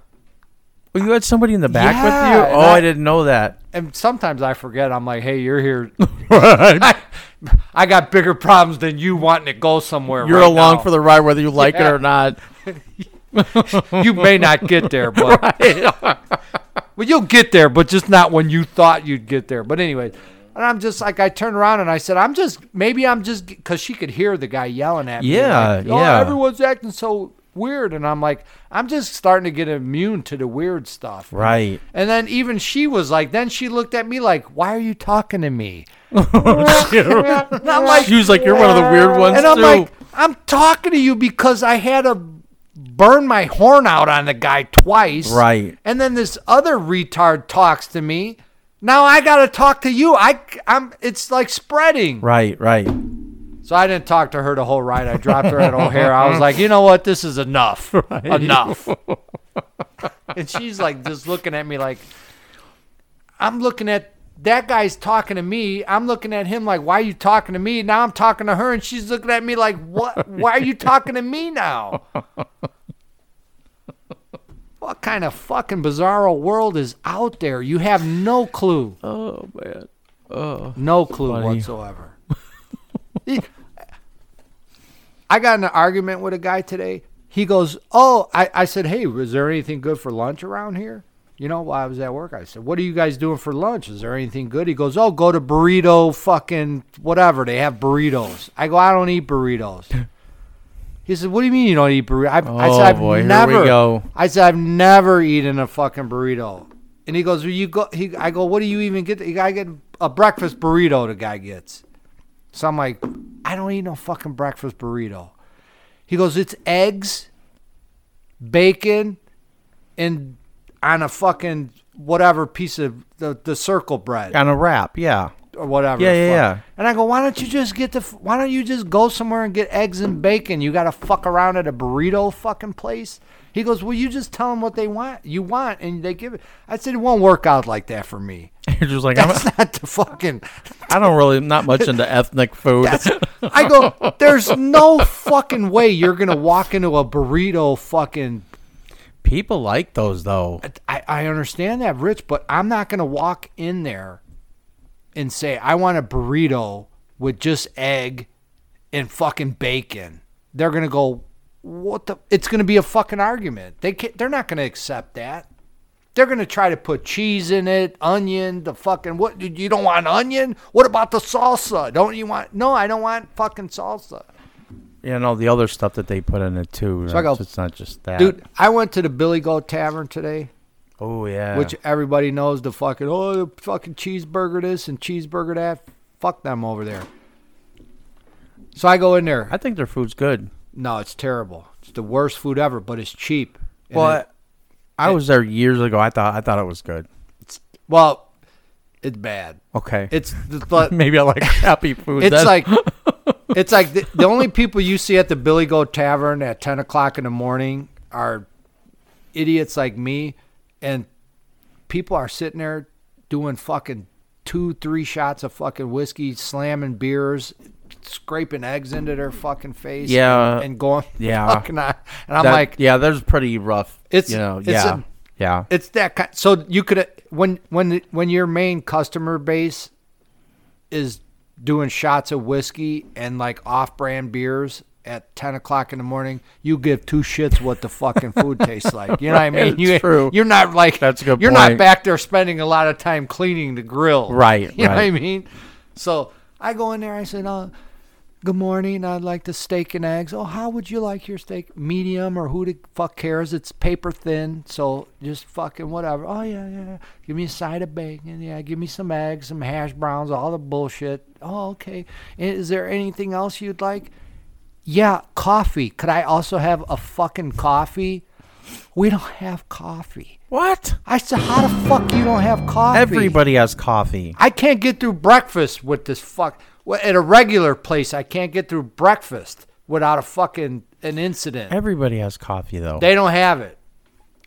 Speaker 1: Oh, you had somebody in the back
Speaker 2: Yeah,
Speaker 1: with you?
Speaker 2: and
Speaker 1: Oh, I,
Speaker 2: I-
Speaker 1: didn't know that.
Speaker 2: and sometimes I forget. I'm like, hey, you're here. I, I got bigger problems than you wanting to go somewhere.
Speaker 1: You're
Speaker 2: right
Speaker 1: along
Speaker 2: now.
Speaker 1: for the ride whether you like it
Speaker 2: Yeah.
Speaker 1: or not.
Speaker 2: you may not get there, but well, you'll get there, but just not when you thought you'd get there. But anyway, and I'm just like I turned around and I said, I'm just maybe I'm just because she could hear the guy yelling at me.
Speaker 1: Yeah,
Speaker 2: like, "Oh,
Speaker 1: yeah.
Speaker 2: everyone's acting so weird, and I'm like, I'm just starting to get immune to the weird stuff.
Speaker 1: Right.
Speaker 2: And then even she was like, then she looked at me like, why are you talking to me? and I'm like,
Speaker 1: Oh, She was like, "You're one of the weird ones
Speaker 2: and I'm
Speaker 1: too."
Speaker 2: like, I'm talking to you because I had to burn my horn out on the guy twice.
Speaker 1: Right.
Speaker 2: And then this other retard talks to me. Now I gotta talk to you. I, I'm. It's like spreading.
Speaker 1: right, right.
Speaker 2: So I didn't talk to her the whole ride. I dropped her at O'Hare. I was like, you know what? This is enough. Enough. and she's like, just looking at me like, I'm looking at that guy's talking to me. I'm looking at him like, why are you talking to me? Now I'm talking to her, and she's looking at me like, what? Why are you talking to me now? What kind of fucking bizarro world is out there? You have no clue.
Speaker 1: Oh man.
Speaker 2: No clue whatsoever. I got in an argument with a guy today. He goes, Oh, I, I said, Hey, was there anything good for lunch around here? You know, while I was at work, I said, What are you guys doing for lunch? Is there anything good? He goes, Oh, go to burrito fucking whatever. They have burritos. I go, I don't eat burritos. He said, What do you mean you don't eat burritos? I, I
Speaker 1: Oh,
Speaker 2: said, I've
Speaker 1: boy, here we
Speaker 2: never
Speaker 1: go.
Speaker 2: I said, I've never eaten a fucking burrito. And he goes, well, you go. He, I go, what do you even get? I get a breakfast burrito. The guy gets. So I'm like, I don't eat no fucking breakfast burrito. He goes, it's eggs, bacon, and on a fucking whatever piece of the, the circle bread
Speaker 1: On a wrap, yeah.
Speaker 2: or whatever.
Speaker 1: Yeah,
Speaker 2: the
Speaker 1: yeah,
Speaker 2: fuck.
Speaker 1: yeah.
Speaker 2: And I go, why don't you just get the? f- Why don't you just go somewhere and get eggs and bacon? You got to fuck around at a burrito fucking place. He goes, well, you just tell them what they want. You want, and they give it. I said it won't work out like that for me.
Speaker 1: You're just like I'm,
Speaker 2: That's not the fucking.
Speaker 1: I don't really not much into ethnic food.
Speaker 2: I go, there's no fucking way you're gonna walk into a burrito fucking.
Speaker 1: People like those though.
Speaker 2: I, I understand that, Rich, but I'm not gonna walk in there and say I want a burrito with just egg and fucking bacon. They're gonna go, what the? It's gonna be a fucking argument. They can't, they're not gonna accept that. They're gonna try to put cheese in it, onion, the fucking what? You don't want onion? What about the salsa? Don't you want? No, I don't want fucking salsa.
Speaker 1: You know the other stuff that they put in it too. So
Speaker 2: I go-
Speaker 1: it's not just that,
Speaker 2: Dude, I went to the Billy Goat Tavern today.
Speaker 1: Oh yeah.
Speaker 2: which everybody knows the fucking oh the fucking cheeseburger this and cheeseburger that. Fuck them over there. So I go in there.
Speaker 1: I think their food's good.
Speaker 2: No, it's terrible. It's the worst food ever, but it's cheap. And
Speaker 1: Well,
Speaker 2: it-
Speaker 1: I, I was there years ago. I thought I thought it was good.
Speaker 2: well, it's bad.
Speaker 1: Okay.
Speaker 2: It's the- but
Speaker 1: Maybe I like happy food.
Speaker 2: it's
Speaker 1: then.
Speaker 2: like it's like the, the only people you see at the Billy Goat Tavern at ten o'clock in the morning are idiots like me, and people are sitting there doing fucking two, three shots of fucking whiskey, slamming beers, scraping eggs into their fucking face,
Speaker 1: Yeah.
Speaker 2: and, and going,
Speaker 1: Yeah.
Speaker 2: fucking on. and I'm
Speaker 1: That-
Speaker 2: like,
Speaker 1: yeah, there's pretty rough.
Speaker 2: It's-
Speaker 1: you know,
Speaker 2: it's
Speaker 1: yeah,
Speaker 2: a-
Speaker 1: yeah,
Speaker 2: it's that kind. So you could when when when your main customer base is doing shots of whiskey and like off-brand beers at 10 o'clock in the morning you give two shits what the fucking food tastes like you know what i mean
Speaker 1: It's
Speaker 2: you,
Speaker 1: true.
Speaker 2: you're not like
Speaker 1: That's a good
Speaker 2: you're
Speaker 1: point.
Speaker 2: not back there spending a lot of time cleaning the grill
Speaker 1: Right,
Speaker 2: you know what i
Speaker 1: right.
Speaker 2: mean so i go in there i said oh, good morning i'd like the steak and eggs oh how would you like your steak medium or who the fuck cares it's paper thin so just fucking whatever oh yeah yeah yeah. give me a side of bacon yeah give me some eggs some hash browns all the bullshit oh okay is there anything else you'd like yeah coffee could i also have a fucking coffee we don't have coffee
Speaker 1: What?
Speaker 2: i said how the fuck you don't have coffee
Speaker 1: Everybody has coffee.
Speaker 2: I can't get through breakfast with this fuck. Well, at a regular place, I can't get through breakfast without a fucking an incident.
Speaker 1: Everybody has coffee though.
Speaker 2: They don't have it.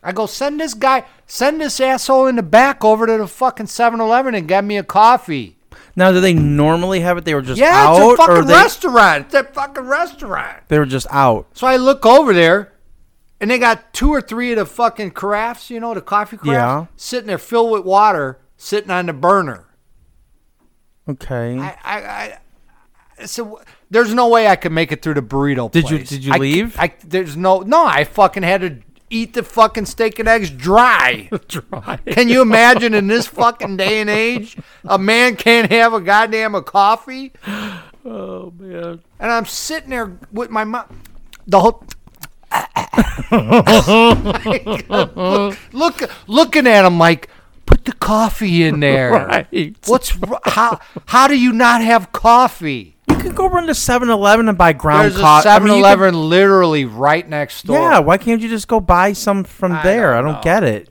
Speaker 2: I go send this guy, send this asshole in the back over to the fucking 7-Eleven and get me a coffee.
Speaker 1: now, do they normally have it? They were just
Speaker 2: Yeah,
Speaker 1: out,
Speaker 2: it's a
Speaker 1: or
Speaker 2: fucking
Speaker 1: they
Speaker 2: restaurant. It's a fucking restaurant.
Speaker 1: they were just out.
Speaker 2: So I look over there, and they got two or three of the fucking carafes, you know, the coffee carafes,
Speaker 1: Yeah.
Speaker 2: sitting there filled with water, sitting on the burner.
Speaker 1: Okay.
Speaker 2: I, I, I so there's no way I could make it through the burrito.
Speaker 1: Did you-
Speaker 2: place.
Speaker 1: did you
Speaker 2: I-
Speaker 1: leave?
Speaker 2: I, there's no no. I fucking had to eat the fucking steak and eggs dry.
Speaker 1: Dry.
Speaker 2: Can you imagine in this fucking day and age, a man can't have a goddamn a coffee? Oh man! And I'm sitting there with my mom. The whole. look, look, looking at him like, put the coffee in there.
Speaker 1: Right.
Speaker 2: What's wr- how? How do you not have coffee?
Speaker 1: you could go run to 7-Eleven and buy ground
Speaker 2: There's a
Speaker 1: coffee.
Speaker 2: 7-Eleven literally right next door.
Speaker 1: yeah. Why can't you just go buy some from there? I don't get it.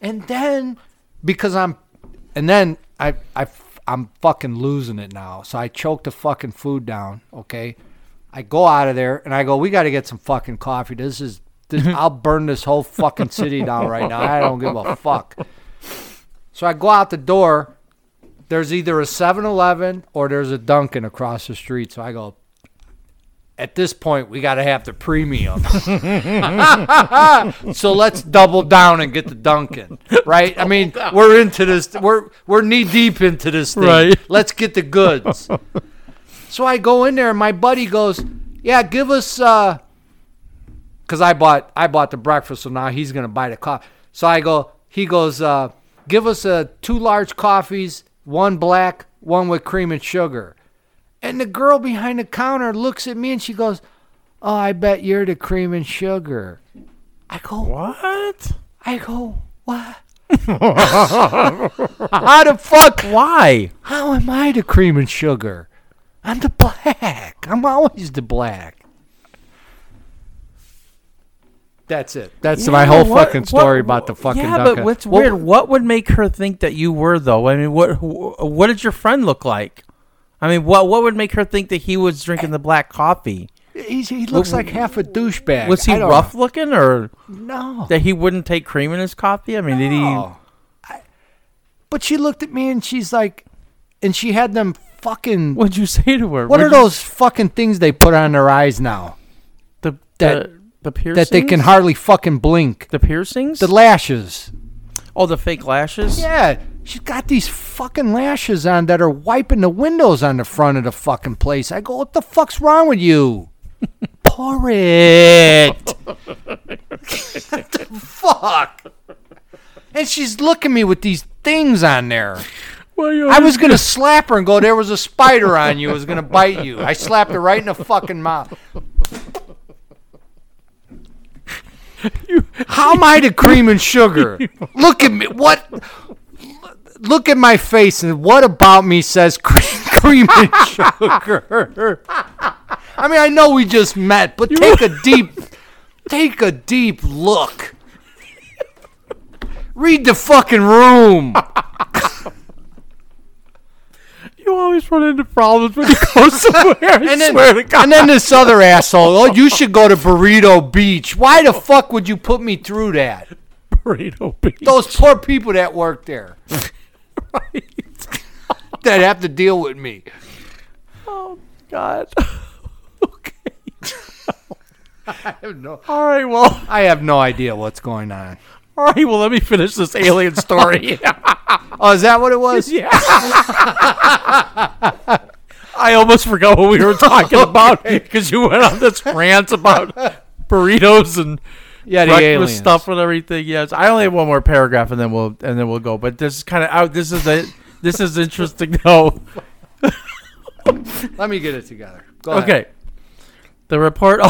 Speaker 2: And then because I'm, and then I I I'm fucking losing it now. So I choke the fucking food down. Okay, I go out of there and I go. We got to get some fucking coffee. This is. This, I'll burn this whole fucking city down right now. I don't give a fuck. So I go out the door. There's either a 7-Eleven or there's a Dunkin' across the street. So I go. At this point, we got to have the premium. So let's double down and get the Duncan, right? I mean, we're into this. We're we're knee deep into this thing.
Speaker 1: Right.
Speaker 2: Let's get the goods. so I go in there, and my buddy goes, "Yeah, give us," uh, because I bought I bought the breakfast, so now he's gonna buy the coffee. So I go. He goes, uh, "Give us uh, two large coffees, one black, one with cream and sugar." And the girl behind the counter looks at me and she goes, "Oh, I bet you're the cream and sugar." I go,
Speaker 1: What?
Speaker 2: I go, what? how the fuck?
Speaker 1: Why?
Speaker 2: How am I the cream and sugar? I'm the black. I'm always the black. That's it. That's
Speaker 1: Yeah,
Speaker 2: my whole
Speaker 1: what-
Speaker 2: fucking
Speaker 1: what-
Speaker 2: story about the fucking
Speaker 1: Yeah,
Speaker 2: Dunkin'.
Speaker 1: but what's
Speaker 2: Well,
Speaker 1: weird? What would make her think that you were though? I mean, what wh- what did your friend look like? I mean, what what would make her think that he was drinking the black coffee?
Speaker 2: He's, he looks like half a douchebag.
Speaker 1: Was he
Speaker 2: I don't
Speaker 1: rough looking, or
Speaker 2: know. No.
Speaker 1: that he wouldn't take cream in his coffee? I mean, did he?
Speaker 2: No. I- but she looked at me and she's like, and she had them fucking. What,
Speaker 1: What'd you say to her?
Speaker 2: are
Speaker 1: What'd you-
Speaker 2: those fucking things they put on their eyes now
Speaker 1: The,
Speaker 2: that-
Speaker 1: the the piercings
Speaker 2: that they can hardly fucking blink?
Speaker 1: the piercings.
Speaker 2: the lashes.
Speaker 1: oh, the fake lashes.
Speaker 2: Yeah, she's got these fucking lashes on that are wiping the windows on the front of the fucking place. I go, what the fuck's wrong with you? Pour it. what the fuck? And she's looking me with these things on there. I was gonna slap her and go, there was a spider on you, it was gonna bite you. I slapped her right in the fucking mouth. How am I to cream and sugar? Look at me. What? Look at my face and what about me says cream, cream and sugar? I mean, I know we just met, but take a deep, take a deep look. Read the fucking room.
Speaker 1: You always run into problems when you go somewhere. I
Speaker 2: And then, and then this other asshole. Oh, you should go to Burrito Beach. Why the fuck would you put me through that?
Speaker 1: burrito beef.
Speaker 2: Those poor people that work there. that have to deal with me.
Speaker 1: God. okay.
Speaker 2: No,
Speaker 1: All right. Well.
Speaker 2: I have no idea what's going on.
Speaker 1: All right, well, let me finish this alien story.
Speaker 2: Oh, is that what it was?
Speaker 1: Yeah. I almost forgot what we were talking about because you went on this rant about burritos and
Speaker 2: Yeah, the
Speaker 1: breakfast
Speaker 2: aliens.
Speaker 1: stuff and everything. Yes, I only have one more paragraph and then we'll and then we'll go. But this is kind of out. This is it. This is interesting though.
Speaker 2: Let me get it together. Go ahead.
Speaker 1: Okay. The report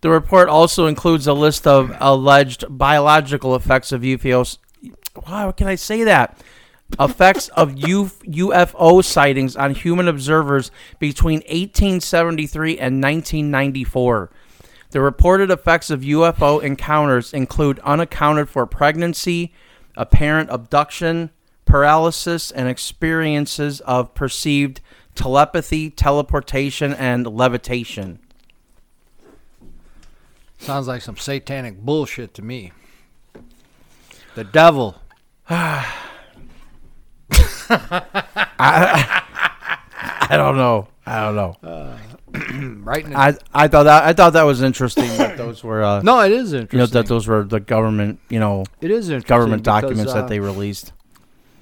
Speaker 1: the report also includes a list of alleged biological effects of E UFOs. How can I say that? Effects of Uf- UFO sightings on human observers between 1873 and 1994. The reported effects of UFO encounters include unaccounted for pregnancy, apparent abduction, paralysis, and experiences of perceived telepathy, teleportation, and levitation.
Speaker 2: Sounds like some satanic bullshit to me. The devil.
Speaker 1: I don't know. I don't know.
Speaker 2: Right in the-
Speaker 1: I, I thought that I thought that was interesting that those were uh,
Speaker 2: no, it is
Speaker 1: you know
Speaker 2: interesting.
Speaker 1: that those were the government you know
Speaker 2: it is interesting.
Speaker 1: government
Speaker 2: because,
Speaker 1: documents
Speaker 2: uh,
Speaker 1: that they released.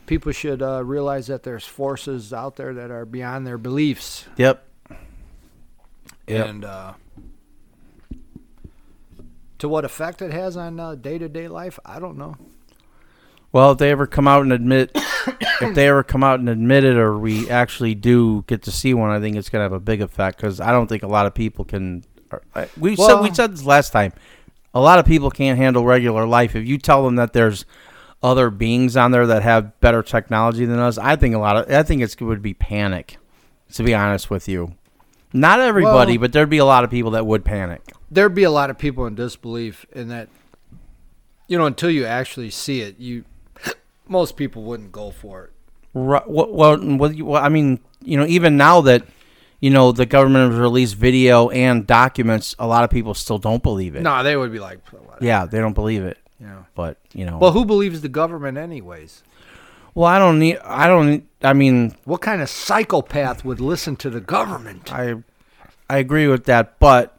Speaker 2: people should uh, realize that there's forces out there that are beyond their beliefs.
Speaker 1: Yep. Yep.
Speaker 2: And uh, to what effect it has on uh, day-to-day life, I don't know.
Speaker 1: Well, if they ever come out and admit, if they ever come out and admit it, or we actually do get to see one, I think it's gonna have a big effect because I don't think a lot of people can. or- I- We said we
Speaker 2: Well-
Speaker 1: said this last time. A lot of people can't handle regular life. If you tell them that there's other beings on there that have better technology than us, I think a lot of I think it's it would be panic. To be honest with you, not everybody,
Speaker 2: Well-
Speaker 1: but there'd be a lot of people that would panic.
Speaker 2: There'd be a lot of people in disbelief in that. You know, until you actually see it, you most people wouldn't go for it.
Speaker 1: Ru- Well, well, well, you- well, I mean, you know, even now that you know the government has released video and documents, a lot of people still don't believe it.
Speaker 2: No, they would be like, "What?"
Speaker 1: Yeah, they don't believe it.
Speaker 2: Yeah.
Speaker 1: But you know,
Speaker 2: Well, who believes the government, anyways?
Speaker 1: well, I don't need. I don't. I mean,
Speaker 2: What kind of psychopath would listen to the government?
Speaker 1: I, I agree with that. But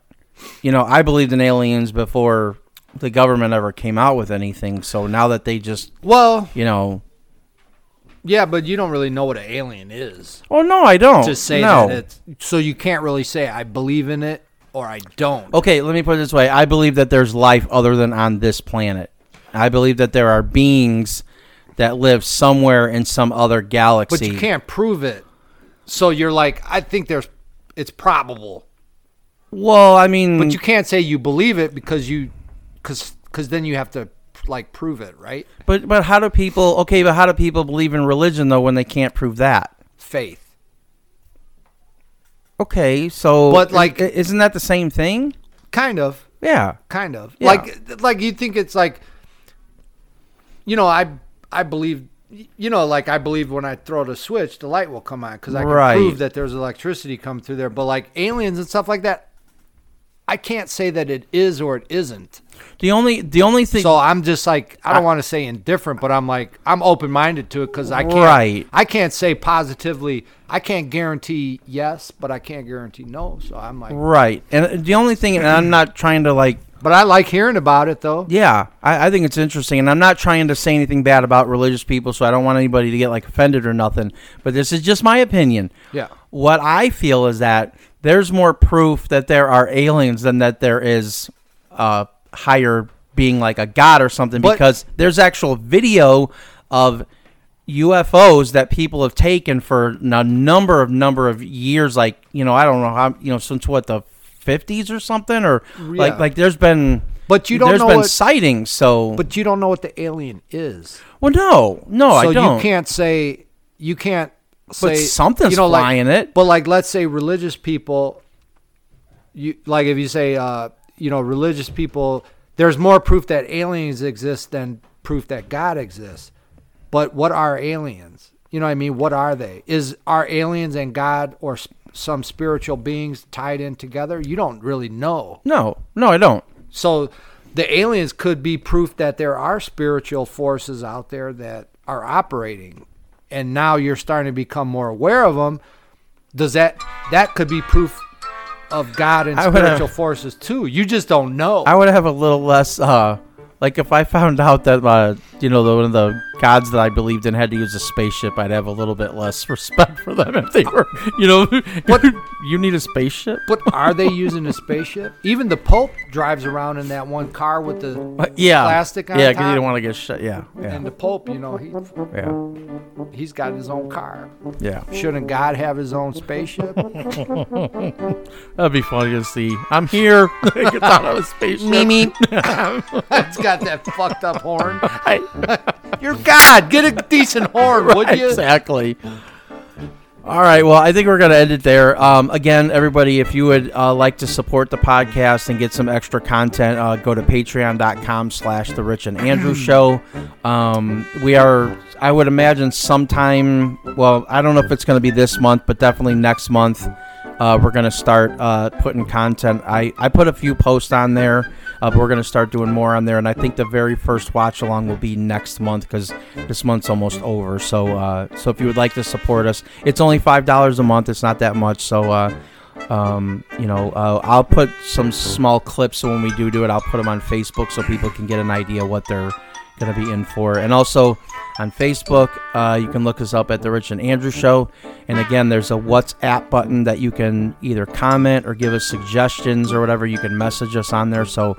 Speaker 1: you know, I believed in aliens before the government ever came out with anything. So now that they just,
Speaker 2: Well,
Speaker 1: you know,
Speaker 2: yeah, but you don't really know what an alien is
Speaker 1: oh no, I don't.
Speaker 2: to say
Speaker 1: no.
Speaker 2: that it's. So you can't really say I believe in it or I don't.
Speaker 1: Okay, let me put it this way. I believe that there's life other than on this planet. I believe that there are beings that live somewhere in some other galaxy.
Speaker 2: but you can't prove it. So you're like, I think there's. It's probable,
Speaker 1: Well, I mean,
Speaker 2: but you can't say you believe it because you, because because then you have to like prove it, right?
Speaker 1: but but how do people? Okay, but how do people believe in religion though when they can't prove that?
Speaker 2: Faith.
Speaker 1: Okay, so
Speaker 2: But, like-
Speaker 1: i- isn't that the same thing?
Speaker 2: Kind of.
Speaker 1: Yeah.
Speaker 2: kind of
Speaker 1: Yeah.
Speaker 2: like like you think it's like you know i i believe you know like i believe when i throw the switch the light will come on because i can
Speaker 1: Right.
Speaker 2: prove that there's electricity come through there but like aliens and stuff like that i can't say that it is or it isn't
Speaker 1: The only the only thing
Speaker 2: so i'm just like i don't want to say indifferent but i'm like i'm open-minded to it because i can't
Speaker 1: Right.
Speaker 2: i can't say positively i can't guarantee yes but i can't guarantee no so i'm like
Speaker 1: right, and the only thing, and I'm not trying to like
Speaker 2: but i like hearing about it though
Speaker 1: Yeah, I, I think it's interesting, and I'm not trying to say anything bad about religious people, so I don't want anybody to get like offended or nothing. But this is just my opinion.
Speaker 2: Yeah.
Speaker 1: What I feel is that there's more proof that there are aliens than that there is a higher being like a god or something,
Speaker 2: But-
Speaker 1: because there's actual video of UFOs that people have taken for a number of number of years, like you know, I don't know how you know since what the 50s or something, or like
Speaker 2: Yeah.
Speaker 1: like there's been
Speaker 2: But you don't
Speaker 1: there's
Speaker 2: know
Speaker 1: been
Speaker 2: what-
Speaker 1: sightings, so
Speaker 2: but you don't know what the alien is
Speaker 1: well, no, no,
Speaker 2: so
Speaker 1: I don't.
Speaker 2: you can't say you can't say
Speaker 1: something's
Speaker 2: you know, like-
Speaker 1: flying it.
Speaker 2: But like, let's say religious people, you like if you say uh, you know religious people, there's more proof that aliens exist than proof that God exists. But what are aliens? You know what I mean? What are they? Is are aliens and God or s- some spiritual beings tied in together? You don't really know.
Speaker 1: No, no, I don't.
Speaker 2: So the aliens could be proof that there are spiritual forces out there that are operating. And now you're starting to become more aware of them. Does that that could be proof of God and
Speaker 1: I would have-
Speaker 2: spiritual forces too? You just don't know.
Speaker 1: I would have a little less. uh Like if I found out that uh, you know the, one of the gods that I believed in had to use a spaceship, I'd have a little bit less respect for them if they were, you know, what you need a spaceship.
Speaker 2: But are they using a spaceship? Even the Pope drives around in that one car with the.
Speaker 1: Yeah,
Speaker 2: Plastic on
Speaker 1: yeah, 'cause
Speaker 2: top.
Speaker 1: you don't want to get shut. Yeah, yeah,
Speaker 2: And the Pope, you know, he,
Speaker 1: yeah,
Speaker 2: he's got his own car.
Speaker 1: yeah.
Speaker 2: Shouldn't God have his own spaceship?
Speaker 1: That'd be funny to see. I'm here. I get out of a spaceship.
Speaker 2: it's got that fucked up horn. You're God. Get a decent horn, would you?
Speaker 1: Exactly. All right. Well, I think we're going to end it there. Um, again, everybody, if you would uh, like to support the podcast and get some extra content, uh, go to patreon.com slash the Rich and Andrew Show. Um, we are, I would imagine, sometime, well, I don't know if it's going to be this month, but definitely next month. Uh, we're going to start uh, putting content. I, I put a few posts on there, uh, but we're going to start doing more on there. And I think the very first watch along will be next month because this month's almost over. So uh, so if you would like to support us, it's only five dollars a month. It's not that much. So uh, um, you know, uh, I'll put some small clips so when we do do it. I'll put them on Facebook so people can get an idea what they're going to be in for. And also on Facebook, uh, you can look us up at The Rich and Andrew Show. And again, there's a WhatsApp button that you can either comment or give us suggestions or whatever. You can message us on there. So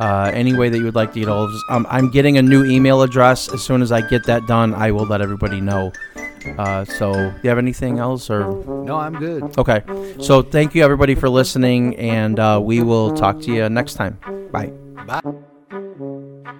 Speaker 1: uh, any way that you would like to get hold of us. Um, I'm getting a new email address. As soon as I get that done, I will let everybody know. Uh, so, do you have anything else or?
Speaker 2: No, I'm good.
Speaker 1: Okay. So thank you everybody for listening, and uh, we will talk to you next time. Bye.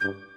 Speaker 5: you.